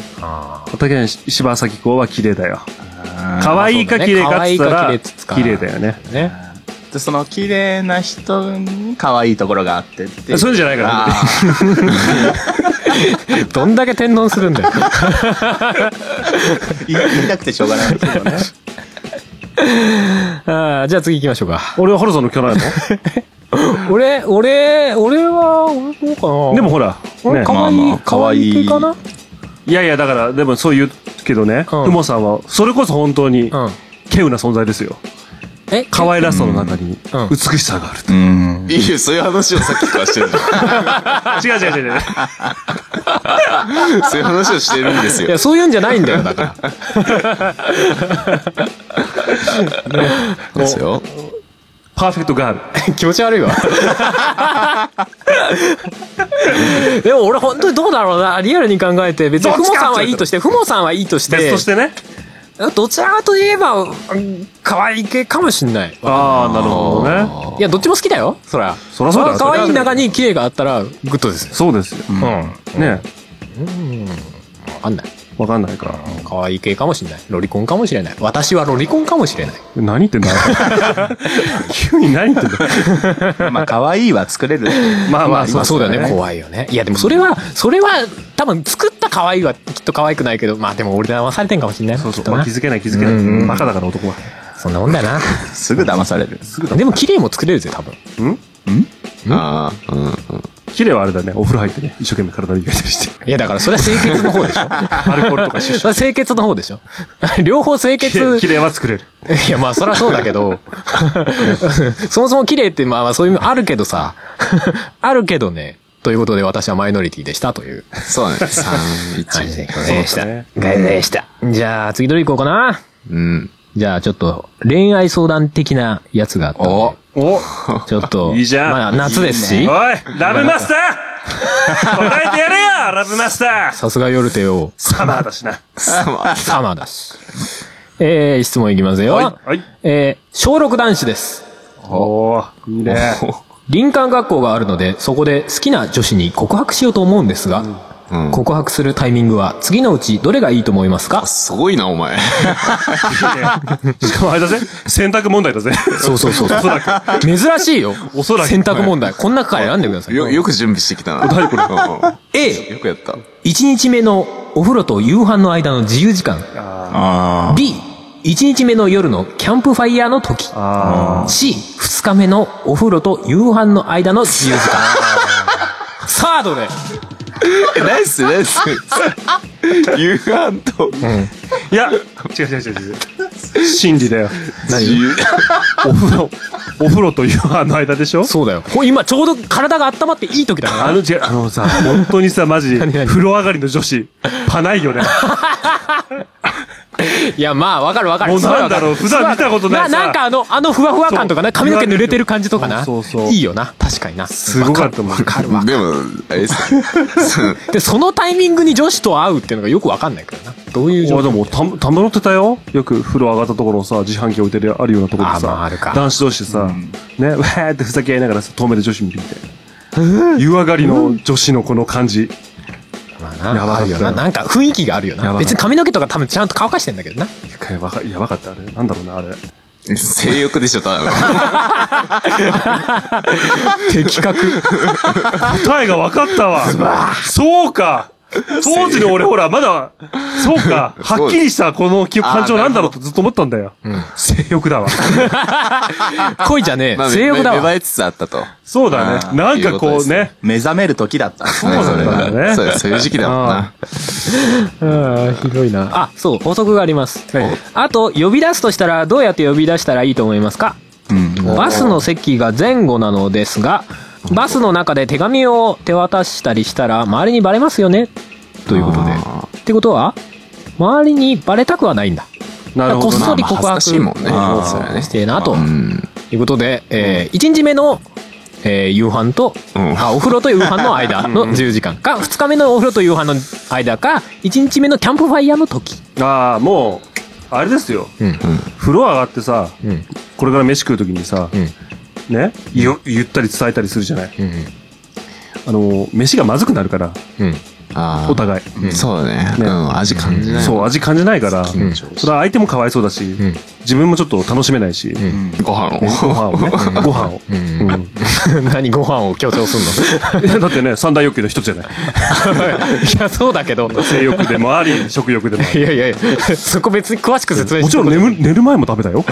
[SPEAKER 4] 畑谷柴咲コウは綺麗だよ。可
[SPEAKER 8] 可
[SPEAKER 4] 愛いか綺麗かっつったら、綺麗だ
[SPEAKER 8] よ。
[SPEAKER 4] よね。
[SPEAKER 8] ね。
[SPEAKER 7] で、その綺麗な人に可愛いところがあってっていう。
[SPEAKER 4] そういうんじゃないから
[SPEAKER 7] あー
[SPEAKER 8] どんだけ天丼するん だよ。
[SPEAKER 7] 言い 言いたくてしょうがない けどね。
[SPEAKER 8] あーじゃあ次行きましょうか。
[SPEAKER 4] 俺はハルさんの聞かないの
[SPEAKER 8] 俺、俺、俺は、俺どう かな。
[SPEAKER 4] でも、ほら、
[SPEAKER 8] 俺
[SPEAKER 4] ね
[SPEAKER 8] 可愛
[SPEAKER 7] まあま
[SPEAKER 8] い
[SPEAKER 7] あ、
[SPEAKER 8] 可愛い系かな。
[SPEAKER 4] いやいや、だから、でもそう言うけどね、
[SPEAKER 8] うん
[SPEAKER 4] ふもさんは、それこそ本当に
[SPEAKER 8] うん。
[SPEAKER 4] 稀有な存在ですよ。
[SPEAKER 8] え
[SPEAKER 4] 可愛らしさの中に美しさがあると。
[SPEAKER 6] いいよ、そういう話をさっきから してるじ
[SPEAKER 5] 違う違う違う違う。
[SPEAKER 6] ゃん。そういう話をしてるんです
[SPEAKER 8] い
[SPEAKER 6] よ。
[SPEAKER 8] や、そういうんじゃないんだ よ、だから。
[SPEAKER 6] ですよ。
[SPEAKER 4] パーフェクトガール。
[SPEAKER 8] 気持ち悪いわ。でも俺本当にどうだろうな、リアルに考えて、別にふもさんはいいとして、ふもさんはいいとして、
[SPEAKER 5] 別としてね。
[SPEAKER 8] どちらかといえば、うん可愛い系かもしんない。
[SPEAKER 5] ああ、なるほどね。
[SPEAKER 8] いや、どっちも好きだよ、そら。
[SPEAKER 4] そらそうだよ
[SPEAKER 8] 可愛い中に綺麗があったら、グッドですよ。
[SPEAKER 4] そうですよ。ね
[SPEAKER 8] わかんない。
[SPEAKER 4] わかんないか。
[SPEAKER 8] 可愛い系かもしんない。ロリコンかもしれない。私はロリコンかもしれない。
[SPEAKER 4] 何言ってんだ 急に何言ってんだ
[SPEAKER 7] まあ、可愛いは作れる。
[SPEAKER 4] まあまあ、
[SPEAKER 8] まあそうだよね
[SPEAKER 4] ね。
[SPEAKER 8] 怖いよねいやでもそれはそれは多分作った可愛いはきっと可愛くないけどまあでも俺騙されてんかもしんない
[SPEAKER 4] そうそ
[SPEAKER 8] きっ
[SPEAKER 4] う。
[SPEAKER 8] と
[SPEAKER 4] まあ
[SPEAKER 8] な
[SPEAKER 4] 気づけない気づけない。バカだから男は。
[SPEAKER 8] そんなもんだな
[SPEAKER 7] すぐ騙される。
[SPEAKER 8] でも綺麗も作れるぜ多分
[SPEAKER 6] ああ、うん。
[SPEAKER 4] 綺麗はあれだね。お風呂入ってね。一生懸命体磨いたりして。
[SPEAKER 8] いやだからそれは清潔 の方でしょ
[SPEAKER 4] アルコールとかシュッシ
[SPEAKER 8] それは清潔の方でしょ 両方清
[SPEAKER 4] ュ
[SPEAKER 8] 潔
[SPEAKER 4] 綺麗は作れる。
[SPEAKER 8] いやまあそりゃそうだけど そもそも綺麗ってまあまあそういうのあるけどさ あるけどねということで私はマイノリティでしたという
[SPEAKER 6] そうだね。3、
[SPEAKER 8] 感じ
[SPEAKER 6] 1。
[SPEAKER 8] でございました。ございました。じゃあ次どれ行こうかな
[SPEAKER 6] うん。
[SPEAKER 8] じゃあちょっと恋愛相談的なやつがあったんで
[SPEAKER 6] お
[SPEAKER 5] お
[SPEAKER 8] ちょっと、
[SPEAKER 5] いいじゃん
[SPEAKER 8] まあ夏ですし、
[SPEAKER 5] おいラブマスター答えてやれよラブマスター
[SPEAKER 8] さすが夜手を、
[SPEAKER 5] サマーだしな。
[SPEAKER 8] サマーだし。えー、質問いきますよ。
[SPEAKER 5] はい。
[SPEAKER 8] えー、小6男子です。
[SPEAKER 4] おー、いいね。
[SPEAKER 8] 林間学校があるので、そこで好きな女子に告白しようと思うんですが、告白するタイミングは次のうちどれがいいと思いますか
[SPEAKER 6] すごいな、お前。
[SPEAKER 5] しかもあれだぜ。選択問題だぜ。
[SPEAKER 8] そうそうそう。
[SPEAKER 5] おそらく。
[SPEAKER 8] 珍しいよ。
[SPEAKER 5] おそらく
[SPEAKER 8] 選択問題。こん中から選んでください。
[SPEAKER 6] よ、よく準備してきたな。何これ。よ
[SPEAKER 8] A、
[SPEAKER 6] くやった。
[SPEAKER 8] 1日目のお風呂と夕飯の間の自由時間。
[SPEAKER 7] あ
[SPEAKER 8] B、1日目の夜のキャンプファイヤーの時。C、2日目のお風呂と夕飯の間の自由時間。さあ、どれ
[SPEAKER 6] え、ナイス、ナイス。夕飯と、
[SPEAKER 5] いや、違う違う違う違う。
[SPEAKER 4] 真理だよ。
[SPEAKER 6] 自由。
[SPEAKER 4] お風呂、お風呂と夕飯の間でしょ
[SPEAKER 8] そうだよ。ほ今ちょうど体が温まっていい時だから。
[SPEAKER 4] あの、違う、あのさ、本当にさ、マジ、
[SPEAKER 8] 何
[SPEAKER 4] 風呂上がりの女子、パない よね。
[SPEAKER 8] いや、まあ、わかるわかる。
[SPEAKER 4] もう
[SPEAKER 8] すごい
[SPEAKER 4] な
[SPEAKER 8] わ
[SPEAKER 4] ん
[SPEAKER 8] か
[SPEAKER 4] だ
[SPEAKER 8] る
[SPEAKER 4] ろう、普段見たことないさ。
[SPEAKER 8] な、なんかあの、あのふわふわ感とかね、髪の毛
[SPEAKER 4] ふわふわ
[SPEAKER 8] 濡れてる感じとかな。
[SPEAKER 4] そうそうそう
[SPEAKER 8] いいよな。確かにな。
[SPEAKER 4] すごかったもん。
[SPEAKER 8] わかるわ。
[SPEAKER 6] でも、あれですね。そう
[SPEAKER 8] で、そのタイミングに女子と会うっていうのがよくわかんないからな。どういう状
[SPEAKER 4] お
[SPEAKER 8] 況
[SPEAKER 4] いでも、た、たまろってたよ。よく風呂上がったところをさ、自販機置いてるあるようなところで
[SPEAKER 8] あまあ
[SPEAKER 4] さ
[SPEAKER 8] あるか、
[SPEAKER 4] 男子同士でさ、ね、わーってふざけ合いながらさ、遠目で女子見てみて。湯上がりの女子のこの感じ。
[SPEAKER 8] まあな
[SPEAKER 4] やばかった
[SPEAKER 8] あるよな。なんか雰囲気があるよな。
[SPEAKER 4] やばかった
[SPEAKER 8] 別に髪の毛とか多分ちゃんと乾かしてんだけどな。
[SPEAKER 4] 一回わかやばかった、あれ。なんだろうな、あれ。
[SPEAKER 6] 性欲でしょ、 ただの。
[SPEAKER 8] 的確。
[SPEAKER 5] 答えが分かったわ。そうか。当時の俺ほら、まだ、そうか。はっきりしたこの記憶感情なんだろうとずっと思ったんだよ。性欲だわ。
[SPEAKER 8] 恋じゃね
[SPEAKER 6] まあ
[SPEAKER 8] え。性欲だ
[SPEAKER 6] 芽
[SPEAKER 8] わ。
[SPEAKER 6] 生えつつあったと。
[SPEAKER 5] そうだね。なんかこうね。
[SPEAKER 7] 目覚める時だった。
[SPEAKER 5] そうなんだよね
[SPEAKER 6] そうそういう時期だもんな。
[SPEAKER 8] ああ、ひどいな。あ、そう、法則があります。あと、呼び出すとしたら、どうやって呼び出したらいいと思いますかバスの席が前後なのですが、バスの中で手紙を手渡したりしたら、周りにバレますよねということで。ってことは、周りにバレたくはないんだ。
[SPEAKER 4] なるほど
[SPEAKER 8] こっそり
[SPEAKER 6] まあ
[SPEAKER 8] 告
[SPEAKER 6] まあ
[SPEAKER 8] 白
[SPEAKER 6] 恥ずかしいもんね
[SPEAKER 7] あー
[SPEAKER 6] そうだね
[SPEAKER 8] してえなと。
[SPEAKER 6] うん。
[SPEAKER 8] ということで、え1日目の、えー夕飯と、
[SPEAKER 6] うん
[SPEAKER 8] あ、お風呂と夕飯の間 の10時間か、2日目のお風呂と夕飯の間か、1日目のキャンプファイヤー の時。
[SPEAKER 4] ああ、もう、あれですよ。
[SPEAKER 8] うん。
[SPEAKER 4] 風呂上がってさ、
[SPEAKER 8] うん。
[SPEAKER 4] これから飯食うときにさ、
[SPEAKER 8] うん。
[SPEAKER 4] ね、よ言ったり伝えたりするじゃない。
[SPEAKER 8] うん。
[SPEAKER 4] あの、飯がまずくなるから、
[SPEAKER 8] うん。
[SPEAKER 6] ああ。
[SPEAKER 4] お互い。
[SPEAKER 6] そうだね。う
[SPEAKER 4] ね
[SPEAKER 6] ん、味感じない。
[SPEAKER 4] そう、味感じないから、
[SPEAKER 8] ん
[SPEAKER 4] それは相手もかわいそうだし、
[SPEAKER 8] ん
[SPEAKER 4] 自分もちょっと楽しめないし、
[SPEAKER 6] ご飯を。
[SPEAKER 4] ご飯をね、ご飯を。
[SPEAKER 8] うん何ご飯を強調すん
[SPEAKER 4] いやだってね、三大欲求の一つじゃない。
[SPEAKER 8] の いや、そうだけど。
[SPEAKER 4] 性欲でもあ り、食欲でもあ
[SPEAKER 8] い
[SPEAKER 4] り。
[SPEAKER 8] やいやいや、そこ別に詳しく説明
[SPEAKER 4] も
[SPEAKER 8] し
[SPEAKER 4] ち
[SPEAKER 8] て
[SPEAKER 4] ろん眠る寝る前も食べ たよ。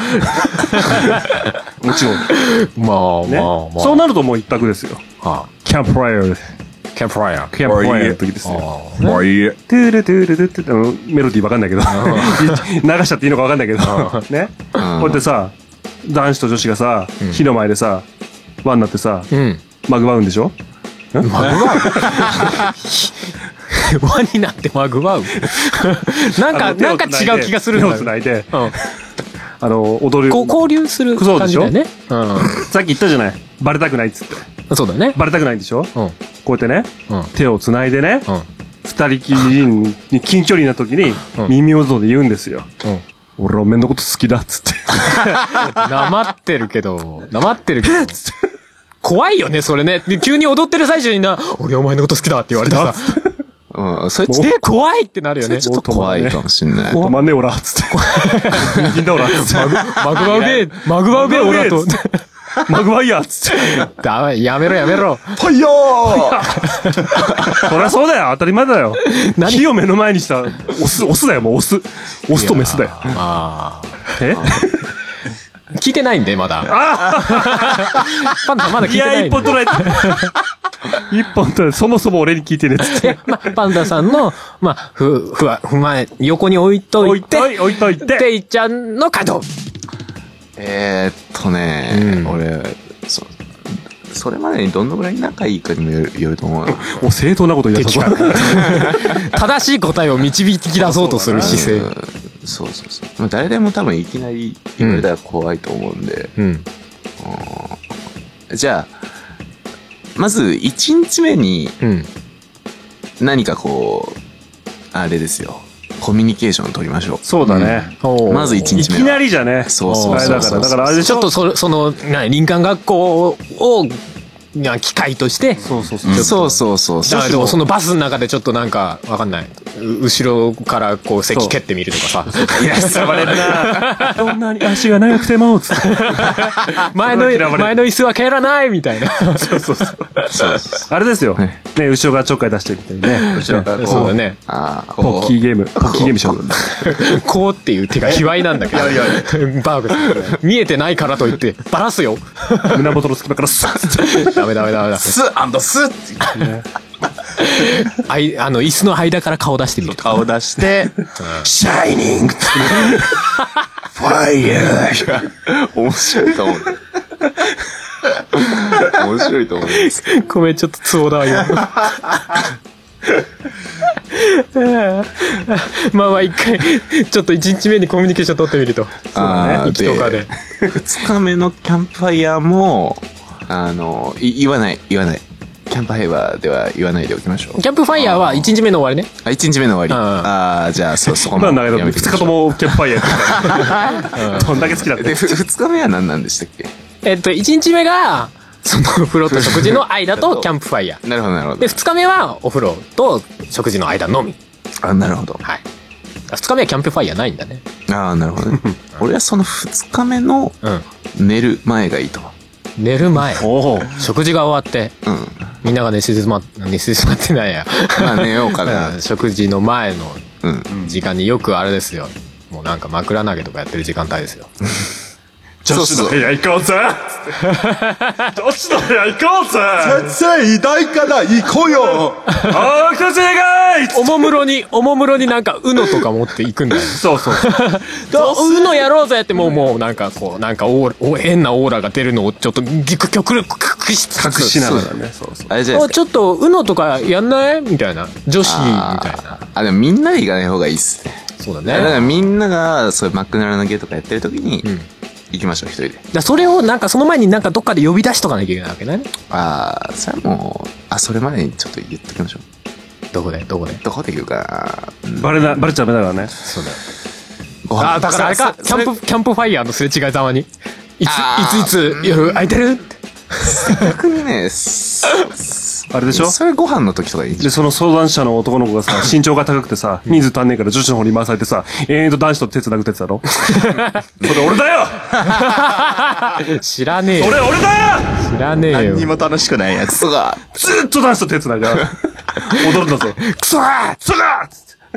[SPEAKER 4] もちろん。
[SPEAKER 8] まあまあ
[SPEAKER 4] ね
[SPEAKER 8] まあ。
[SPEAKER 4] そうなるともう一択ですよ。
[SPEAKER 8] あ
[SPEAKER 4] キャンプファイヤーで。
[SPEAKER 5] キャンプファイヤー。
[SPEAKER 4] キャンプファイヤーの時ですね。もういい。トゥルトゥルトゥルってあのメロディーわかん ないけど、流しちゃっていいのかわかんないけど、ね。こうやってさ、男子と女子がさ、火の前でさ、輪になってさ、
[SPEAKER 5] うん。
[SPEAKER 4] マグワウンでしょ
[SPEAKER 5] 輪になってマ グワウ。なん
[SPEAKER 4] あ
[SPEAKER 5] か、
[SPEAKER 4] の手
[SPEAKER 5] なん
[SPEAKER 4] を
[SPEAKER 5] か
[SPEAKER 4] 繋いで
[SPEAKER 5] 違う気がするの
[SPEAKER 4] 手を繋いで、
[SPEAKER 5] うん。
[SPEAKER 4] あの、踊る。
[SPEAKER 5] こう交流する
[SPEAKER 4] そう
[SPEAKER 5] 感
[SPEAKER 4] で
[SPEAKER 5] じ
[SPEAKER 4] し
[SPEAKER 5] だ
[SPEAKER 4] ょ
[SPEAKER 5] よね。
[SPEAKER 4] さっき言ったじゃない。バレたくないっつって。
[SPEAKER 5] うん。そうだね。
[SPEAKER 4] バレたくないんでしょ
[SPEAKER 5] うん。
[SPEAKER 4] こうやってね、
[SPEAKER 5] うん
[SPEAKER 4] 手を繋いでね、
[SPEAKER 5] うん。
[SPEAKER 4] 二人きりに近距離な時に
[SPEAKER 5] うん
[SPEAKER 4] 耳元で言うんですよ。
[SPEAKER 5] うん。
[SPEAKER 4] 俺はおめんのこと好きだっつって。
[SPEAKER 5] なまってるけど、なまってるけど。怖いよね、それね。で急に踊ってる最中にな、俺お前のこと好きだって言われてさ、
[SPEAKER 6] うん、それちょっと
[SPEAKER 5] で、怖いってなるよね。
[SPEAKER 6] ちょっと怖いかもしんない。
[SPEAKER 4] 止まんねえおらっつって。みんなおらっつって。
[SPEAKER 5] マグワウゲー、マグワウゲー、俺だと。
[SPEAKER 4] マグワイヤーっつって。
[SPEAKER 5] ダメ、やめろやめろ。
[SPEAKER 4] そりゃそうだよ当たり前だよ。火を目の前にした、オス、オスだよもうオス。オスとメスだよ。
[SPEAKER 5] あ
[SPEAKER 4] え
[SPEAKER 5] あ。聞いてないんで、まだ。パンダまだ聞い
[SPEAKER 4] い
[SPEAKER 5] てな
[SPEAKER 4] や、
[SPEAKER 5] い
[SPEAKER 4] 一
[SPEAKER 5] んで
[SPEAKER 4] 本取られた。一本取られた。そもそも俺に聞いてねえっつって。
[SPEAKER 5] で、まあ、パンダさんの、まあ、ふ、ふわ、ふまえ、横に置いと
[SPEAKER 4] 置
[SPEAKER 5] い
[SPEAKER 4] いとい、
[SPEAKER 5] て、
[SPEAKER 4] 置いといて。
[SPEAKER 5] ていちゃんの稼働。
[SPEAKER 6] えーっとね、
[SPEAKER 5] うん
[SPEAKER 6] 俺、そ、それまでにどのぐらい仲いいかにもよるよると思うな。
[SPEAKER 4] お、正当なこと言い出そう。
[SPEAKER 5] 正しい答えを導き出そうとする姿勢。
[SPEAKER 6] うんそうそうそう。まあ、誰でも多分いきなり言われたら怖いと思うんで。
[SPEAKER 5] うん。
[SPEAKER 6] じゃあ、まず1日目に
[SPEAKER 5] うん。
[SPEAKER 6] 何かこう、あれですよ。コミュニケーションを取りましょう。
[SPEAKER 4] そうだね。
[SPEAKER 5] おー
[SPEAKER 6] まず1
[SPEAKER 4] い
[SPEAKER 6] 日目は。
[SPEAKER 4] きなりじゃね。
[SPEAKER 6] そうそうそうそう。
[SPEAKER 4] あれだからだからあれで
[SPEAKER 5] ちょっとそ、その、な、林間学校を、な機会として、
[SPEAKER 4] そうそうそう。
[SPEAKER 6] そうそうそう
[SPEAKER 5] だ
[SPEAKER 6] そ
[SPEAKER 5] から
[SPEAKER 6] う。
[SPEAKER 5] でもそのバスの中でちょっとなんか、わかんない。う後ろからこう席蹴ってみるとかさ。いや、される
[SPEAKER 4] どんなに足が長くても、つって。
[SPEAKER 5] 前
[SPEAKER 4] それは嫌わ
[SPEAKER 5] の、
[SPEAKER 4] れる
[SPEAKER 5] 前の椅子は蹴らないみたいな。
[SPEAKER 4] そうそうそう。
[SPEAKER 6] そうそうそう
[SPEAKER 4] あれですよ。
[SPEAKER 6] はい
[SPEAKER 4] ね、後ろからちょっかい出してみたいなね。後ろから
[SPEAKER 5] そうだね。
[SPEAKER 6] ああ、
[SPEAKER 4] ポ
[SPEAKER 6] こ
[SPEAKER 4] ッ
[SPEAKER 6] う
[SPEAKER 4] キーゲーム。ポッキーゲームしよう。
[SPEAKER 5] こうっていう手が卑猥なんだけど。バーグさん見えてないからといって、バラすよ。
[SPEAKER 4] 胸元の隙間からスッつって。
[SPEAKER 5] ダメダメダメだ。
[SPEAKER 7] スッスッって
[SPEAKER 5] あい、あの、椅子の間から顔出してみるとか。
[SPEAKER 7] 顔出して、シャイニングファイヤー
[SPEAKER 6] 面白いと思う。面白いと思 うんですけど。
[SPEAKER 5] ごめん、ちょっとツボだわ、今。 まあまあ一回、ちょっと一日目にコミュニケーション取ってみると。
[SPEAKER 6] あー
[SPEAKER 5] 行きとかで。
[SPEAKER 6] 二日目のキャンプファイヤーも、あの、い言わない、言わない。キャンプファイヤーでは言わないでおきましょう。
[SPEAKER 5] キャンプファイヤーは一日目の終わりね。
[SPEAKER 6] あ、一日目の終わり。
[SPEAKER 5] あ
[SPEAKER 6] ああー、じゃあ、そ、そこ
[SPEAKER 4] ま
[SPEAKER 6] も
[SPEAKER 4] あ、長
[SPEAKER 6] や
[SPEAKER 4] い
[SPEAKER 6] め
[SPEAKER 4] 二
[SPEAKER 6] てき
[SPEAKER 4] 日
[SPEAKER 6] まし
[SPEAKER 4] と
[SPEAKER 6] ょう。
[SPEAKER 4] もキャンプファイヤーやってた。どんだけ好きだっ
[SPEAKER 6] で、
[SPEAKER 4] て。
[SPEAKER 6] ふ二日目は何なんでしたっけ
[SPEAKER 5] えっと、一日目が、その、お風呂と食事の間とキャンプファイヤー。
[SPEAKER 6] なるほど、なるほど
[SPEAKER 5] で、。二日目はお風呂と食事の間のみ。
[SPEAKER 6] あ、なるほど。
[SPEAKER 5] はい。二日目はキャンプファイヤーないんだね。
[SPEAKER 6] ああ、なるほどね。俺はその二日目の
[SPEAKER 5] うん。
[SPEAKER 6] 寝る前がいいと思
[SPEAKER 5] 寝る前、
[SPEAKER 4] おお。
[SPEAKER 5] 食事が終わって、
[SPEAKER 6] う。うん。
[SPEAKER 5] みんなが寝静ま、寝静まってないや。
[SPEAKER 6] まあ、寝ようかな
[SPEAKER 5] うん。食事の前の
[SPEAKER 6] うん。
[SPEAKER 5] 時間によくあれですよ。もうなんか枕投げとかやってる時間帯ですよ。
[SPEAKER 6] そうそう。
[SPEAKER 4] 部屋行こうぜ女子の部屋行こうぜ
[SPEAKER 7] 生偉大から行こうよ
[SPEAKER 4] おー、来たぜがい
[SPEAKER 5] おもむろに、おもむろになんか、うのとか持っていくんだよ。
[SPEAKER 4] そうそう。
[SPEAKER 5] うのやろうぜって、もう、もう、なんかこう、なんかオーラ、お変なオーラが出るのをちょっと、ぎく、極力隠しつ
[SPEAKER 4] 隠
[SPEAKER 5] つ。
[SPEAKER 4] しながらね。そうそう。
[SPEAKER 6] あれじゃない
[SPEAKER 5] お
[SPEAKER 6] ですか。
[SPEAKER 5] ちょっと、うのとかやんないみたいな。女子、みたいな。
[SPEAKER 6] あーあ、でもみんなで行かない方がいいっすね。
[SPEAKER 5] そう
[SPEAKER 6] だ
[SPEAKER 5] だ
[SPEAKER 6] から
[SPEAKER 5] ね。
[SPEAKER 6] みんなが、そういうマクナラのゲーとかやってる時に
[SPEAKER 5] うん、
[SPEAKER 6] 行きましょう、一人で。
[SPEAKER 5] だそれを、なんかその前になんかどっかで呼び出しとかなきゃいけないわけね。
[SPEAKER 6] ああ、それはもう、あ、それまでにちょっと言っときましょう。
[SPEAKER 5] どこで、どこで。
[SPEAKER 6] どこで言うかな。うん
[SPEAKER 4] バレな、バレちゃダメだからね。
[SPEAKER 5] そうだよ。
[SPEAKER 6] ご飯
[SPEAKER 5] あー、だからあれか、キャンプ、キャンプファイヤーのすれ違いざまに。いつ
[SPEAKER 6] あ、ー
[SPEAKER 5] いついつ、夜空いてるって。
[SPEAKER 6] 逆にね、そ
[SPEAKER 4] あれでしょ
[SPEAKER 6] それご飯の時とかいいんじ
[SPEAKER 4] で、その相談者の男の子がさ、身長が高くてさ、人数足んねえから女子の方に回されてさ、延々と男子と手繋ぐってやつだろそれ俺だよ
[SPEAKER 5] 知らねえ
[SPEAKER 4] 俺、
[SPEAKER 5] よ。
[SPEAKER 4] 俺だよ
[SPEAKER 5] 知らねえ
[SPEAKER 7] 何に
[SPEAKER 5] よ。
[SPEAKER 7] も楽しくない やつ。
[SPEAKER 6] ゃない
[SPEAKER 4] ずっと男子と手繋いで、踊るんだぞ。
[SPEAKER 6] クソが
[SPEAKER 4] そら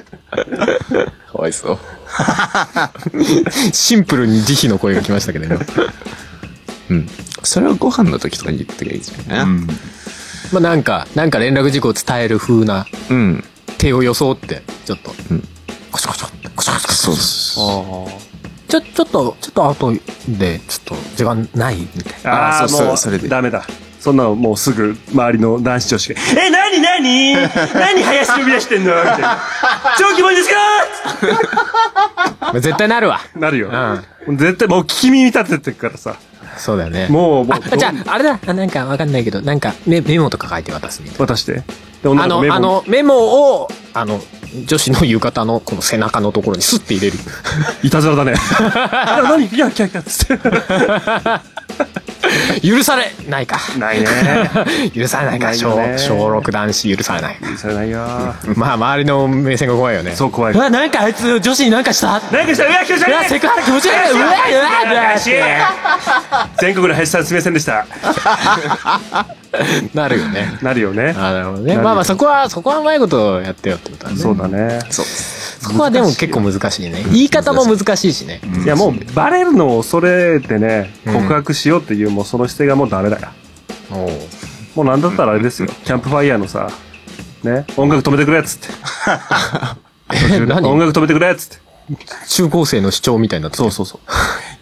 [SPEAKER 6] かわいそう。
[SPEAKER 5] シンプルに慈悲の声が来 ましたけどね。
[SPEAKER 6] うん。それはご飯の時とかに言っときゃいいんじゃないかな。
[SPEAKER 5] まあなんか、なんか連絡事項を伝える風な
[SPEAKER 6] うん。
[SPEAKER 5] 手を装って、ちょっと、
[SPEAKER 6] うん
[SPEAKER 5] コシコシコシコシコシコシ
[SPEAKER 6] そうです。
[SPEAKER 5] ちょ、ちょっと、ちょっと後で、ちょっと時間ないみたいな。
[SPEAKER 4] あ
[SPEAKER 6] あ
[SPEAKER 4] あ
[SPEAKER 6] ーそう
[SPEAKER 4] も
[SPEAKER 6] それそれ
[SPEAKER 4] う
[SPEAKER 6] で
[SPEAKER 4] ダメだそんなのもうすぐ周りの男子女子が「え何何何林呼び出してんの?」みたいな「超気持ちですか?」
[SPEAKER 5] まあ絶対なるわ。
[SPEAKER 4] なるよ、絶対もう聞き耳立ててるからさ
[SPEAKER 5] そうだよね。
[SPEAKER 4] もうもう
[SPEAKER 5] あ、じゃあ、あれだ。あなんかわかんないけど、なんかメメモとか書いて渡すみたいな。
[SPEAKER 4] 渡してで女
[SPEAKER 5] あ
[SPEAKER 4] の
[SPEAKER 5] の
[SPEAKER 4] 子、メモ
[SPEAKER 5] あの、メモを、あの、女子の浴衣のこの背中のところにスッて入れる。
[SPEAKER 4] いたずらだねいや何いや来た来たつって
[SPEAKER 5] 許されないか。
[SPEAKER 4] ないね
[SPEAKER 5] 許されないか。
[SPEAKER 4] ない
[SPEAKER 5] 小
[SPEAKER 4] よね
[SPEAKER 5] 小6男子許されない。
[SPEAKER 4] 許されないよ
[SPEAKER 5] まあ、周りの目線が怖いよね。
[SPEAKER 4] そう怖いう
[SPEAKER 5] わ、なんかあいつ女子になんかした
[SPEAKER 4] 何かしたうわ来た来
[SPEAKER 5] うわ、
[SPEAKER 4] た
[SPEAKER 5] セクハラ気持ち悪い。うわ、うわ、うわっ
[SPEAKER 4] 林
[SPEAKER 5] て
[SPEAKER 4] 全国の林さんすみませんでした
[SPEAKER 5] なるよね。
[SPEAKER 4] なるよね
[SPEAKER 5] あなるほどね。
[SPEAKER 4] なる
[SPEAKER 5] まあまあ、そこは、そこはうまいことやってよってことだね。
[SPEAKER 4] そうだね
[SPEAKER 5] そこはでも結構難しいね。言い方も難しいしね。
[SPEAKER 4] いやもうバレるのを恐れてね告白しようっていうもうその姿勢がもうダメだよ
[SPEAKER 5] おう
[SPEAKER 4] もうなんだったらあれですよキャンプファイヤーのさね音楽止めてくれっつって
[SPEAKER 5] え、
[SPEAKER 4] 音
[SPEAKER 5] 何
[SPEAKER 4] 楽止めてくれっつって
[SPEAKER 5] 中高生の主張みたいになってそうそうそう。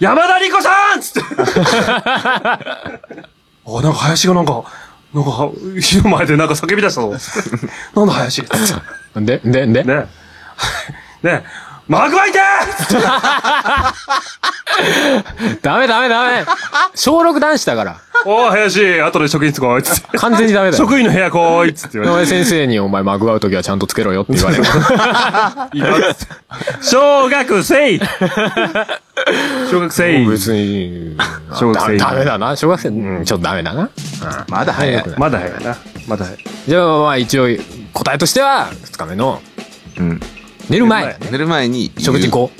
[SPEAKER 4] 山田理子さんっつって あなんか林がなんかなんか火の前でなんか叫び出した ぞつってなんだ林っつって
[SPEAKER 5] で、で、で、
[SPEAKER 4] ねねマグワイテ
[SPEAKER 5] ダメダメダメ小6男子だ から。
[SPEAKER 4] おお林後で職員室来いっつって
[SPEAKER 5] 完全にダメだ よ。
[SPEAKER 4] 職員の部屋来いっつって言われて
[SPEAKER 5] 井上先生にお前マグ合うときはちゃんとつけろよって言 われる。
[SPEAKER 4] 小学生小学生
[SPEAKER 5] 別に。
[SPEAKER 4] 小学生
[SPEAKER 5] ダダメだな。小学生、うん、ちょっとダメだな。
[SPEAKER 7] まだ早い。
[SPEAKER 4] まだ早いな。まだ早い。
[SPEAKER 5] じゃあまあ一応、答えとしては、二日目の、
[SPEAKER 6] うん。
[SPEAKER 5] 寝る前だね。
[SPEAKER 6] 寝る前に。
[SPEAKER 5] 食事。後。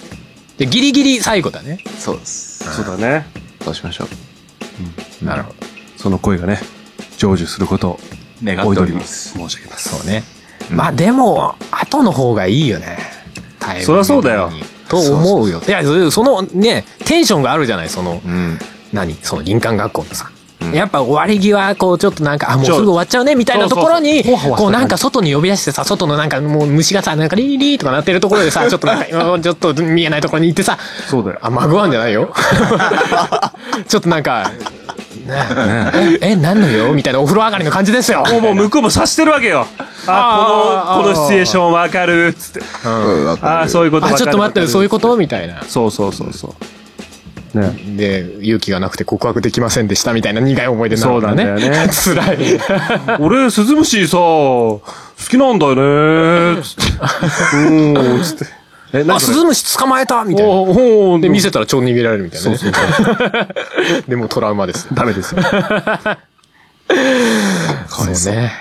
[SPEAKER 5] で、ギリギリ最後だね。
[SPEAKER 6] そうです。
[SPEAKER 4] そうだね。
[SPEAKER 6] そうしましょう。
[SPEAKER 5] なるほど。
[SPEAKER 4] その恋がね、成就することを
[SPEAKER 7] 願
[SPEAKER 4] お
[SPEAKER 7] ってお
[SPEAKER 4] 祈
[SPEAKER 7] り
[SPEAKER 4] り
[SPEAKER 7] ま
[SPEAKER 4] に
[SPEAKER 7] す。
[SPEAKER 4] 申し上げます。
[SPEAKER 5] そうね。まあでも、後の方がいいよね。タイミング
[SPEAKER 4] そりゃそうだよ
[SPEAKER 5] に。と思うよ。いや、そそのね、テンションがあるじゃない、その、
[SPEAKER 6] うん。
[SPEAKER 5] 何その林間学校のさ。やっぱ終わり際、こうちょっとなんか、あ、もうす
[SPEAKER 4] そう
[SPEAKER 5] ぐ終わっちゃうね、みたいな
[SPEAKER 4] そう
[SPEAKER 5] と
[SPEAKER 4] そう
[SPEAKER 5] ころに、
[SPEAKER 4] そうほわほわ
[SPEAKER 5] こうなんか外に呼び出してさ、外のなんかもう虫がさ、なんかリリリーとか鳴ってるところでさ、ちょっとなんか、うんちょっと見えないところに行ってさ、
[SPEAKER 4] そうだよ。
[SPEAKER 5] あ、マグワンじゃ ないよ。ちょっとなんか、ねえ、え、何のよみたいなお風呂上がりの感じですよ。
[SPEAKER 4] もうもう向こうも察してるわけよ。あ、
[SPEAKER 5] あー
[SPEAKER 4] この、この
[SPEAKER 5] あー
[SPEAKER 4] シチュエーションわかるっつって。
[SPEAKER 6] うんわか
[SPEAKER 4] あ
[SPEAKER 6] る
[SPEAKER 4] あ、そういうことわ
[SPEAKER 5] あ、
[SPEAKER 4] かる
[SPEAKER 5] ちょっと待って、そういうことみたいな。
[SPEAKER 4] そうそうそうそう。ね。
[SPEAKER 5] で、勇気がなくて告白できませんでしたみたいな苦い思い出になるからね。
[SPEAKER 4] そうなんだよ ね
[SPEAKER 5] 辛 い。
[SPEAKER 4] 俺、鈴虫さ、好きなんだよねっつって。 うーん、つって。え、
[SPEAKER 5] あ、スズムシ捕まえたみたいな。
[SPEAKER 4] おーお
[SPEAKER 5] で、見
[SPEAKER 4] せ
[SPEAKER 5] せたら超逃げられるみたいな、ね。そうそう。 でもトラウマです。
[SPEAKER 4] ダメ ですよ。
[SPEAKER 5] そうね。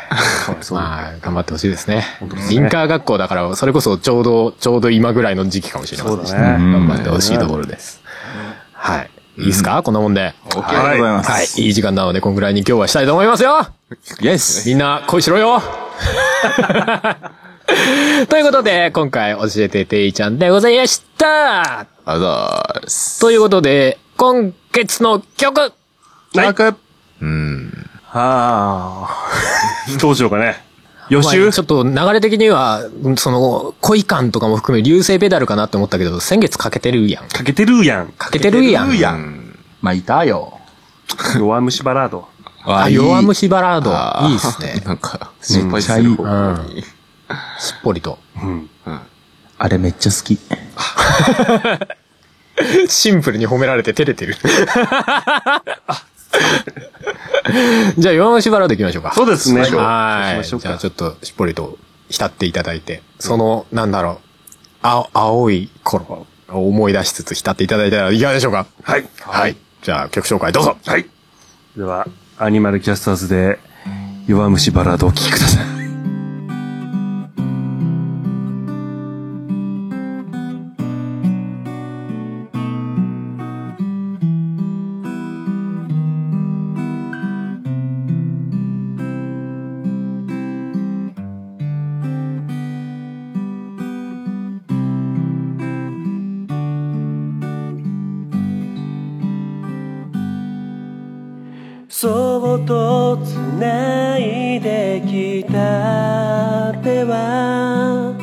[SPEAKER 5] まあ、頑張ってほしいですね。リンカー学校だから、それこそちょうど、ちょうど今ぐらいの時期かもしれません
[SPEAKER 4] そう
[SPEAKER 5] ね。
[SPEAKER 4] だね。
[SPEAKER 5] 頑張ってほしいところです。はい。いいですかこんなもんで。
[SPEAKER 7] OK ありがとうございます。
[SPEAKER 5] はい。いい時間なので、こんぐらいに今日はしたいと思いますよ
[SPEAKER 7] イエス
[SPEAKER 5] みんな、恋しろよということで、今回教えてていちゃんでございました
[SPEAKER 6] ありがとうございます。
[SPEAKER 5] ということで、今月の曲
[SPEAKER 4] はい。
[SPEAKER 6] うん。
[SPEAKER 4] はあ。どうしようかね。予
[SPEAKER 5] まあ
[SPEAKER 4] 習
[SPEAKER 5] ちょっと流れ的には、うんその、恋感とかも含め流星ペダルかなって思ったけど、先月欠けてるやん。
[SPEAKER 4] かけてるやん。
[SPEAKER 5] 欠けてるやん。
[SPEAKER 7] やん。まあ、いたよ。
[SPEAKER 4] 弱虫バラード。
[SPEAKER 5] あ、
[SPEAKER 6] いい
[SPEAKER 5] 弱虫バラー
[SPEAKER 6] あ
[SPEAKER 5] ド。
[SPEAKER 6] ー
[SPEAKER 5] いいっすね。
[SPEAKER 6] なんか、心配する方向に。
[SPEAKER 5] すっぽりと。
[SPEAKER 7] あれめっちゃ好き。
[SPEAKER 5] シンプルに褒められて照れ てる。じゃあ、弱虫バラード行きましょうか。
[SPEAKER 4] そうですね。
[SPEAKER 5] は
[SPEAKER 4] そうしましょう
[SPEAKER 5] い。じ
[SPEAKER 4] か
[SPEAKER 5] ゃあ、ちょっと、しっぽりと浸っていただいて、その、なんだろう、青、青い頃を思い出しつつ浸っていただいたらいかがでしょうか
[SPEAKER 4] はい。
[SPEAKER 5] はい。じゃあ、曲紹介どうぞ
[SPEAKER 4] はい。では、アニマルキャスターズで、弱虫バラードをお聴きください。
[SPEAKER 10] そっと繋いできた手は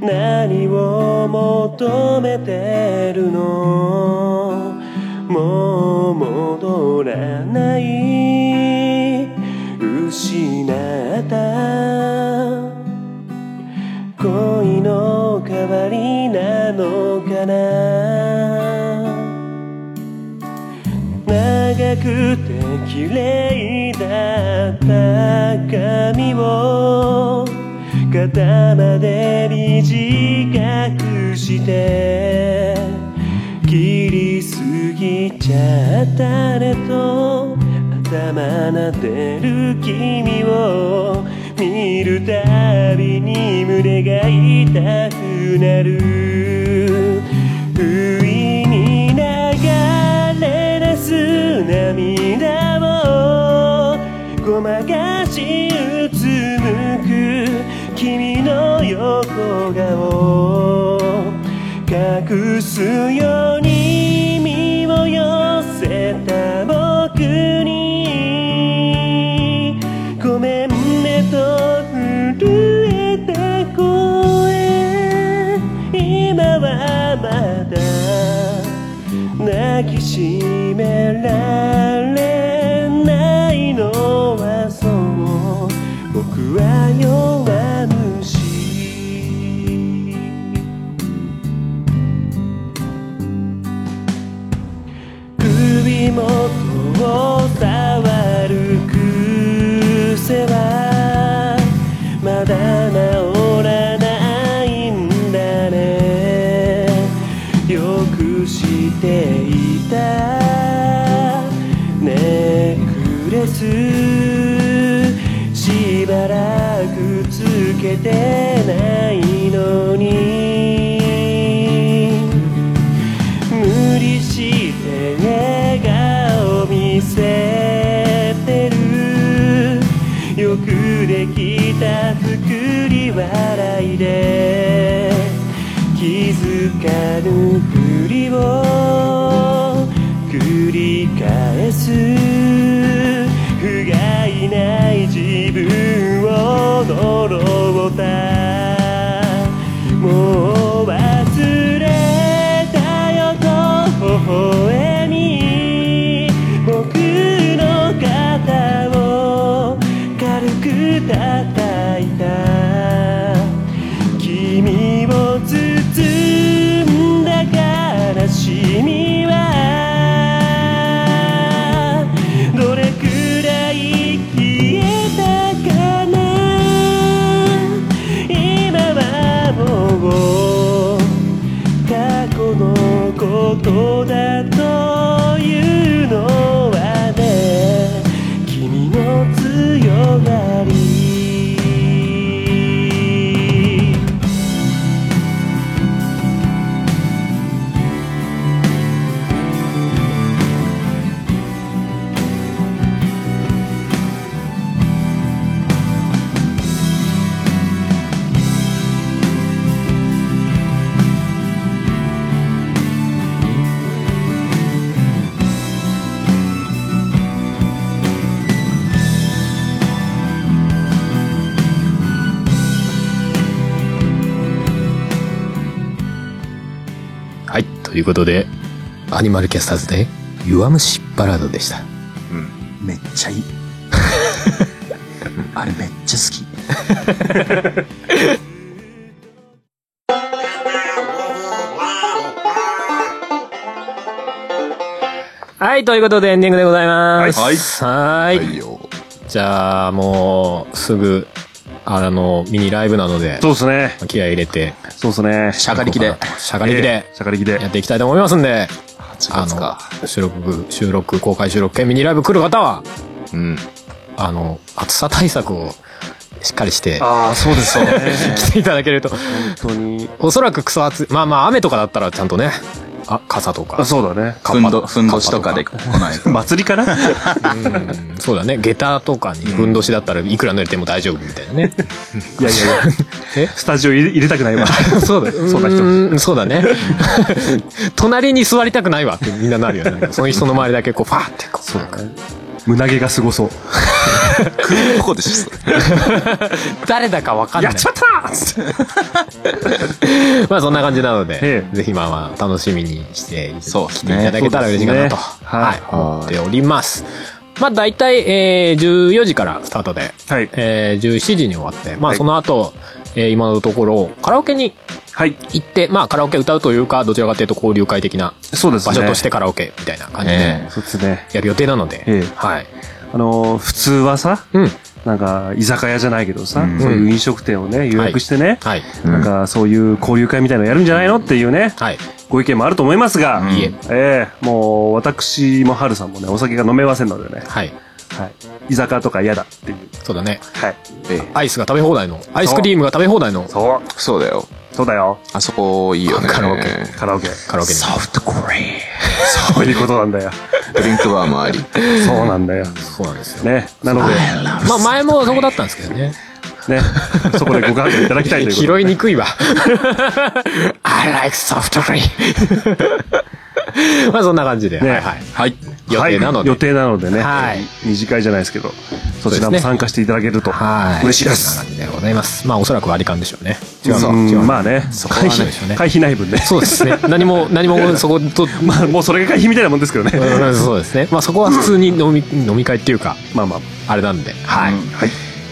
[SPEAKER 10] 何を求めてるのもう戻らない失った恋の代わりなのかな長くて綺麗だった髪を肩まで短くして切りすぎちゃったねと頭なでる君を見るたびに胸が痛くなる不意に流れ出す涙をごまかしうつむく君の横顔隠すように身を寄せた僕にごめんねと震えた声今はまだ抱きしめられないのはそう僕は弱虫首元を触る癖はまだ治らないんだねよくしていたネックレスしばらくつけてないのに無理して笑顔見せてるよくできた作り笑いで気づかぬふりを繰り返す不甲斐ない自分を呪ったもう忘れたよと微笑み僕の肩を軽く叩いた君を包んだ悲しみはどれくらい消えたかな今はもう過去のことだというのはね君の強がり
[SPEAKER 5] はい、ということで、アニマルキャスターズで、弱虫バラードでした。
[SPEAKER 2] めっち ゃいいあれめっちゃ好き
[SPEAKER 5] はい、ということでエンディングでございます。
[SPEAKER 6] はい
[SPEAKER 5] はーい。
[SPEAKER 6] いよ。
[SPEAKER 5] じゃあ、もう、すぐ、あの、ミニライブなので、
[SPEAKER 4] そうですね。
[SPEAKER 5] 気合い入れて、
[SPEAKER 4] そうですね。
[SPEAKER 5] しゃがりきで、しゃがりきで、
[SPEAKER 4] しゃがりきで
[SPEAKER 5] や。っていきたいと思いますんで、
[SPEAKER 6] 8月か。
[SPEAKER 5] の、収録、収録、公開収録兼ミニライブ来る方は、
[SPEAKER 6] うん。
[SPEAKER 5] あの、暑さ対策をしっかりして、
[SPEAKER 4] ああ、そうですね。
[SPEAKER 5] 来ていただけると、
[SPEAKER 4] 本当に。
[SPEAKER 5] おそらくクソ暑い。まあまあ、雨とかだったらちゃんとね、あ、傘と
[SPEAKER 4] あ
[SPEAKER 5] か、
[SPEAKER 4] そうだね。
[SPEAKER 5] カ
[SPEAKER 7] ふんど、ふんどし
[SPEAKER 5] し
[SPEAKER 7] とかで来ないと。
[SPEAKER 4] 祭りかな
[SPEAKER 5] うんそうだね。下駄とかにふんどしだったらいくら濡れても大丈夫みたいな ね。
[SPEAKER 4] いやいやいや。
[SPEAKER 5] え
[SPEAKER 4] スタジオ入れ入れたく ないわ。
[SPEAKER 5] そうだ、
[SPEAKER 4] そうだ人
[SPEAKER 5] うんそうだね。 隣に座りたくないわってみんななるよね。その人の周りだけこう、ファーってこう、
[SPEAKER 4] 胸毛がすごそう
[SPEAKER 6] クールポコでしょ
[SPEAKER 5] 誰だかわかんない
[SPEAKER 4] やっちまったなっつって
[SPEAKER 5] まあそんな感じなので
[SPEAKER 4] え、
[SPEAKER 5] ぜひまあまあ楽しみにして、
[SPEAKER 6] そう
[SPEAKER 5] 来ていただけたら嬉しいかなと、
[SPEAKER 4] そうですね
[SPEAKER 5] はい、思っております。まあ大体、えー、14時からスタートで、
[SPEAKER 4] はい
[SPEAKER 5] えー、17時に終わって、まあ
[SPEAKER 4] はい
[SPEAKER 5] その後、えー今のところ、カラオケに
[SPEAKER 4] はい
[SPEAKER 5] 行って、まあカラオケ歌うというか、どちらかというと交流会的な
[SPEAKER 4] そうですね
[SPEAKER 5] 場所としてカラオケみたいな感じ
[SPEAKER 7] え
[SPEAKER 5] で
[SPEAKER 4] そうですね
[SPEAKER 5] やる予定なので、
[SPEAKER 4] ええ
[SPEAKER 5] はい。
[SPEAKER 4] あのー普通はさ
[SPEAKER 5] うん。
[SPEAKER 4] なんか居酒屋じゃないけどさ、そういう飲食店をね予約してね、
[SPEAKER 5] はい。
[SPEAKER 4] なんかそういう交流会みたいなのやるんじゃないのっていうね、
[SPEAKER 5] はい。
[SPEAKER 4] ご意見もあると思いますが、
[SPEAKER 5] いえ。
[SPEAKER 4] ええもう私もハルさんもねお酒が飲めませんのでね、
[SPEAKER 5] はい。
[SPEAKER 4] はい、居酒屋とか嫌だっていう
[SPEAKER 5] そうだね。
[SPEAKER 4] はい
[SPEAKER 5] アイスが食べ放題の、アイスクリームが食べ放題の
[SPEAKER 4] そう
[SPEAKER 6] そうだよ。
[SPEAKER 4] そうだよ
[SPEAKER 6] あそこいいよね。
[SPEAKER 5] カラオケ
[SPEAKER 4] カラオケ
[SPEAKER 5] カラオケに。
[SPEAKER 4] そういうことなんだよ
[SPEAKER 6] ドリンクバーもあり。
[SPEAKER 4] そうなんだよ
[SPEAKER 5] そうなんですよ。
[SPEAKER 4] ねなので
[SPEAKER 5] まあ前もそこだったんですけどね。
[SPEAKER 4] ねそこでご感想いただきたいということで
[SPEAKER 5] 拾いにくいわ。I like soft drink. まあそんな感じで。
[SPEAKER 4] ね
[SPEAKER 5] はいはい。予定なので。
[SPEAKER 4] はい、予定なのでね、
[SPEAKER 5] はい
[SPEAKER 4] 二次会じゃないですけどそちら
[SPEAKER 5] そうで
[SPEAKER 4] も
[SPEAKER 5] すね
[SPEAKER 4] 参加していただけると
[SPEAKER 5] はい。
[SPEAKER 4] 嬉しいで
[SPEAKER 5] そん
[SPEAKER 4] す
[SPEAKER 5] な感じでございます。まあおそらく割り勘でしょうね。違う
[SPEAKER 4] う
[SPEAKER 5] の
[SPEAKER 4] ん
[SPEAKER 5] 違うの
[SPEAKER 4] まあね
[SPEAKER 5] そこはないでしょうね
[SPEAKER 4] 会費ない分ね
[SPEAKER 5] そうですね。何 も、何もそこと、
[SPEAKER 4] まあもうそれが会費みたいなもんですけどね、
[SPEAKER 5] うんそうですね。まあそこは普通に飲み、飲み会っていうか、
[SPEAKER 4] まあまあ
[SPEAKER 5] あれなんで。はい。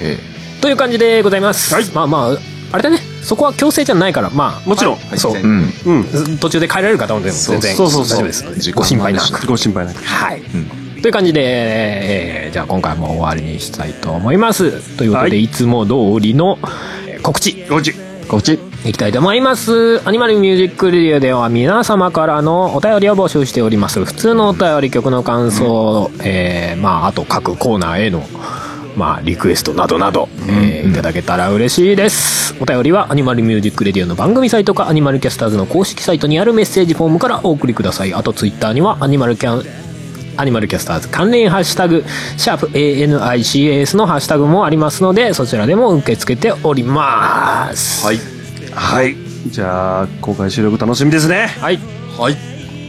[SPEAKER 6] え
[SPEAKER 5] という感じでございます。まあまあ、あれだね。そこは強制じゃないから、まあ、
[SPEAKER 4] もちろん、
[SPEAKER 5] そう
[SPEAKER 6] え。う。ん。
[SPEAKER 4] うん
[SPEAKER 5] 途中で帰られる方もでも全然
[SPEAKER 4] そうそうそう
[SPEAKER 5] 大丈夫ですので
[SPEAKER 6] 自己
[SPEAKER 5] ご心配なく
[SPEAKER 4] ご心配なく
[SPEAKER 5] はい、という感じで、えーじゃあ今回も終わりにしたいと思いますということで、、
[SPEAKER 4] はい
[SPEAKER 5] つも通りのえー告知
[SPEAKER 4] ごち
[SPEAKER 5] 告知いきたいと思いますアニマルミュージックレディオでは皆様からのお便りを募集しております普通のお便り曲の感想、えーまああと各コーナーへのまあ、リクエストなどなど、えーいただけたら嬉しいです。お便りは、アニマルミュージックレディオの番組サイトか、アニマルキャスターズの公式サイトにあるメッセージフォームからお送りください。あと、ツイッターには、アニマルキャン、アニマルキャスターズ関連ハッシュタグ、シャープ ANICAS のハッシュタグもありますので、そちらでも受け付けております。はい。
[SPEAKER 4] はいじゃあ公開収録楽しみですね
[SPEAKER 5] はい。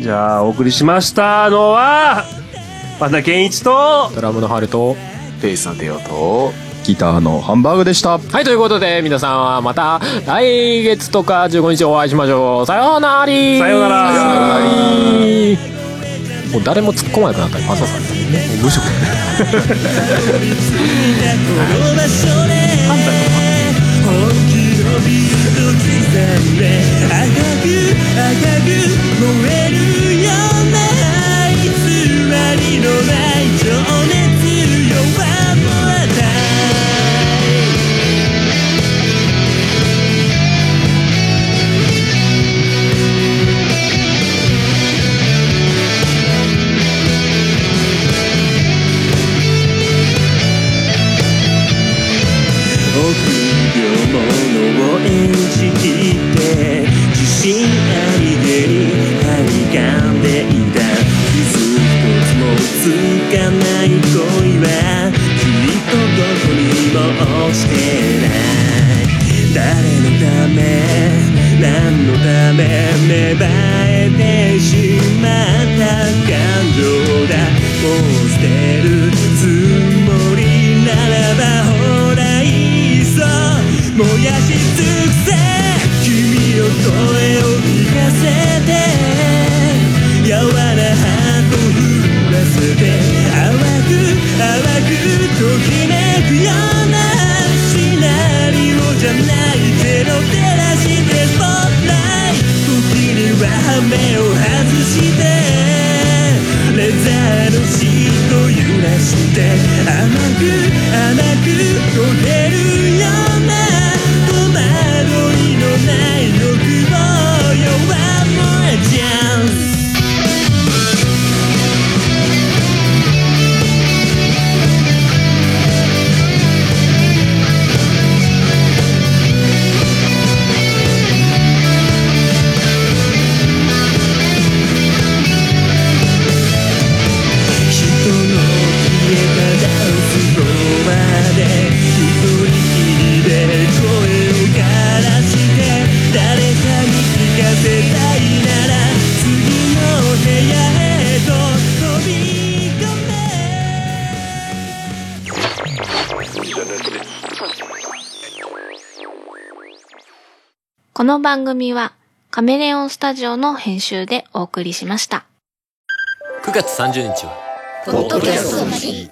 [SPEAKER 4] じゃあお送りしましたのはパンダ健一と
[SPEAKER 5] ドラムのハルト。
[SPEAKER 6] ペースの手をと、
[SPEAKER 7] ギターのハンバーグでした。
[SPEAKER 5] はい、ということで、皆さんはまた来月とか15日お会いしましょう。さようならさ
[SPEAKER 4] さようなら
[SPEAKER 5] もう誰も突っ込まなくなったねパンダさんに。
[SPEAKER 10] 臆病者を演じきって自信ありげにはにかんでいた傷一つもつかない恋は君とどこにも落ちてない誰のため何のため芽生えてしまった感情だもう捨てるつもりならばほらいっそ燃やし尽くせ君の声を聞かせて柔らハートを揺らせて淡く淡くときめくようなシナリオじゃないゼロ照らしてスポットライト時には羽目を外してレザーのシート揺らし
[SPEAKER 11] この番組はカメレオンスタジオの編集でお送りしました。
[SPEAKER 12] 9月30日は、
[SPEAKER 13] ポッドキャストの日。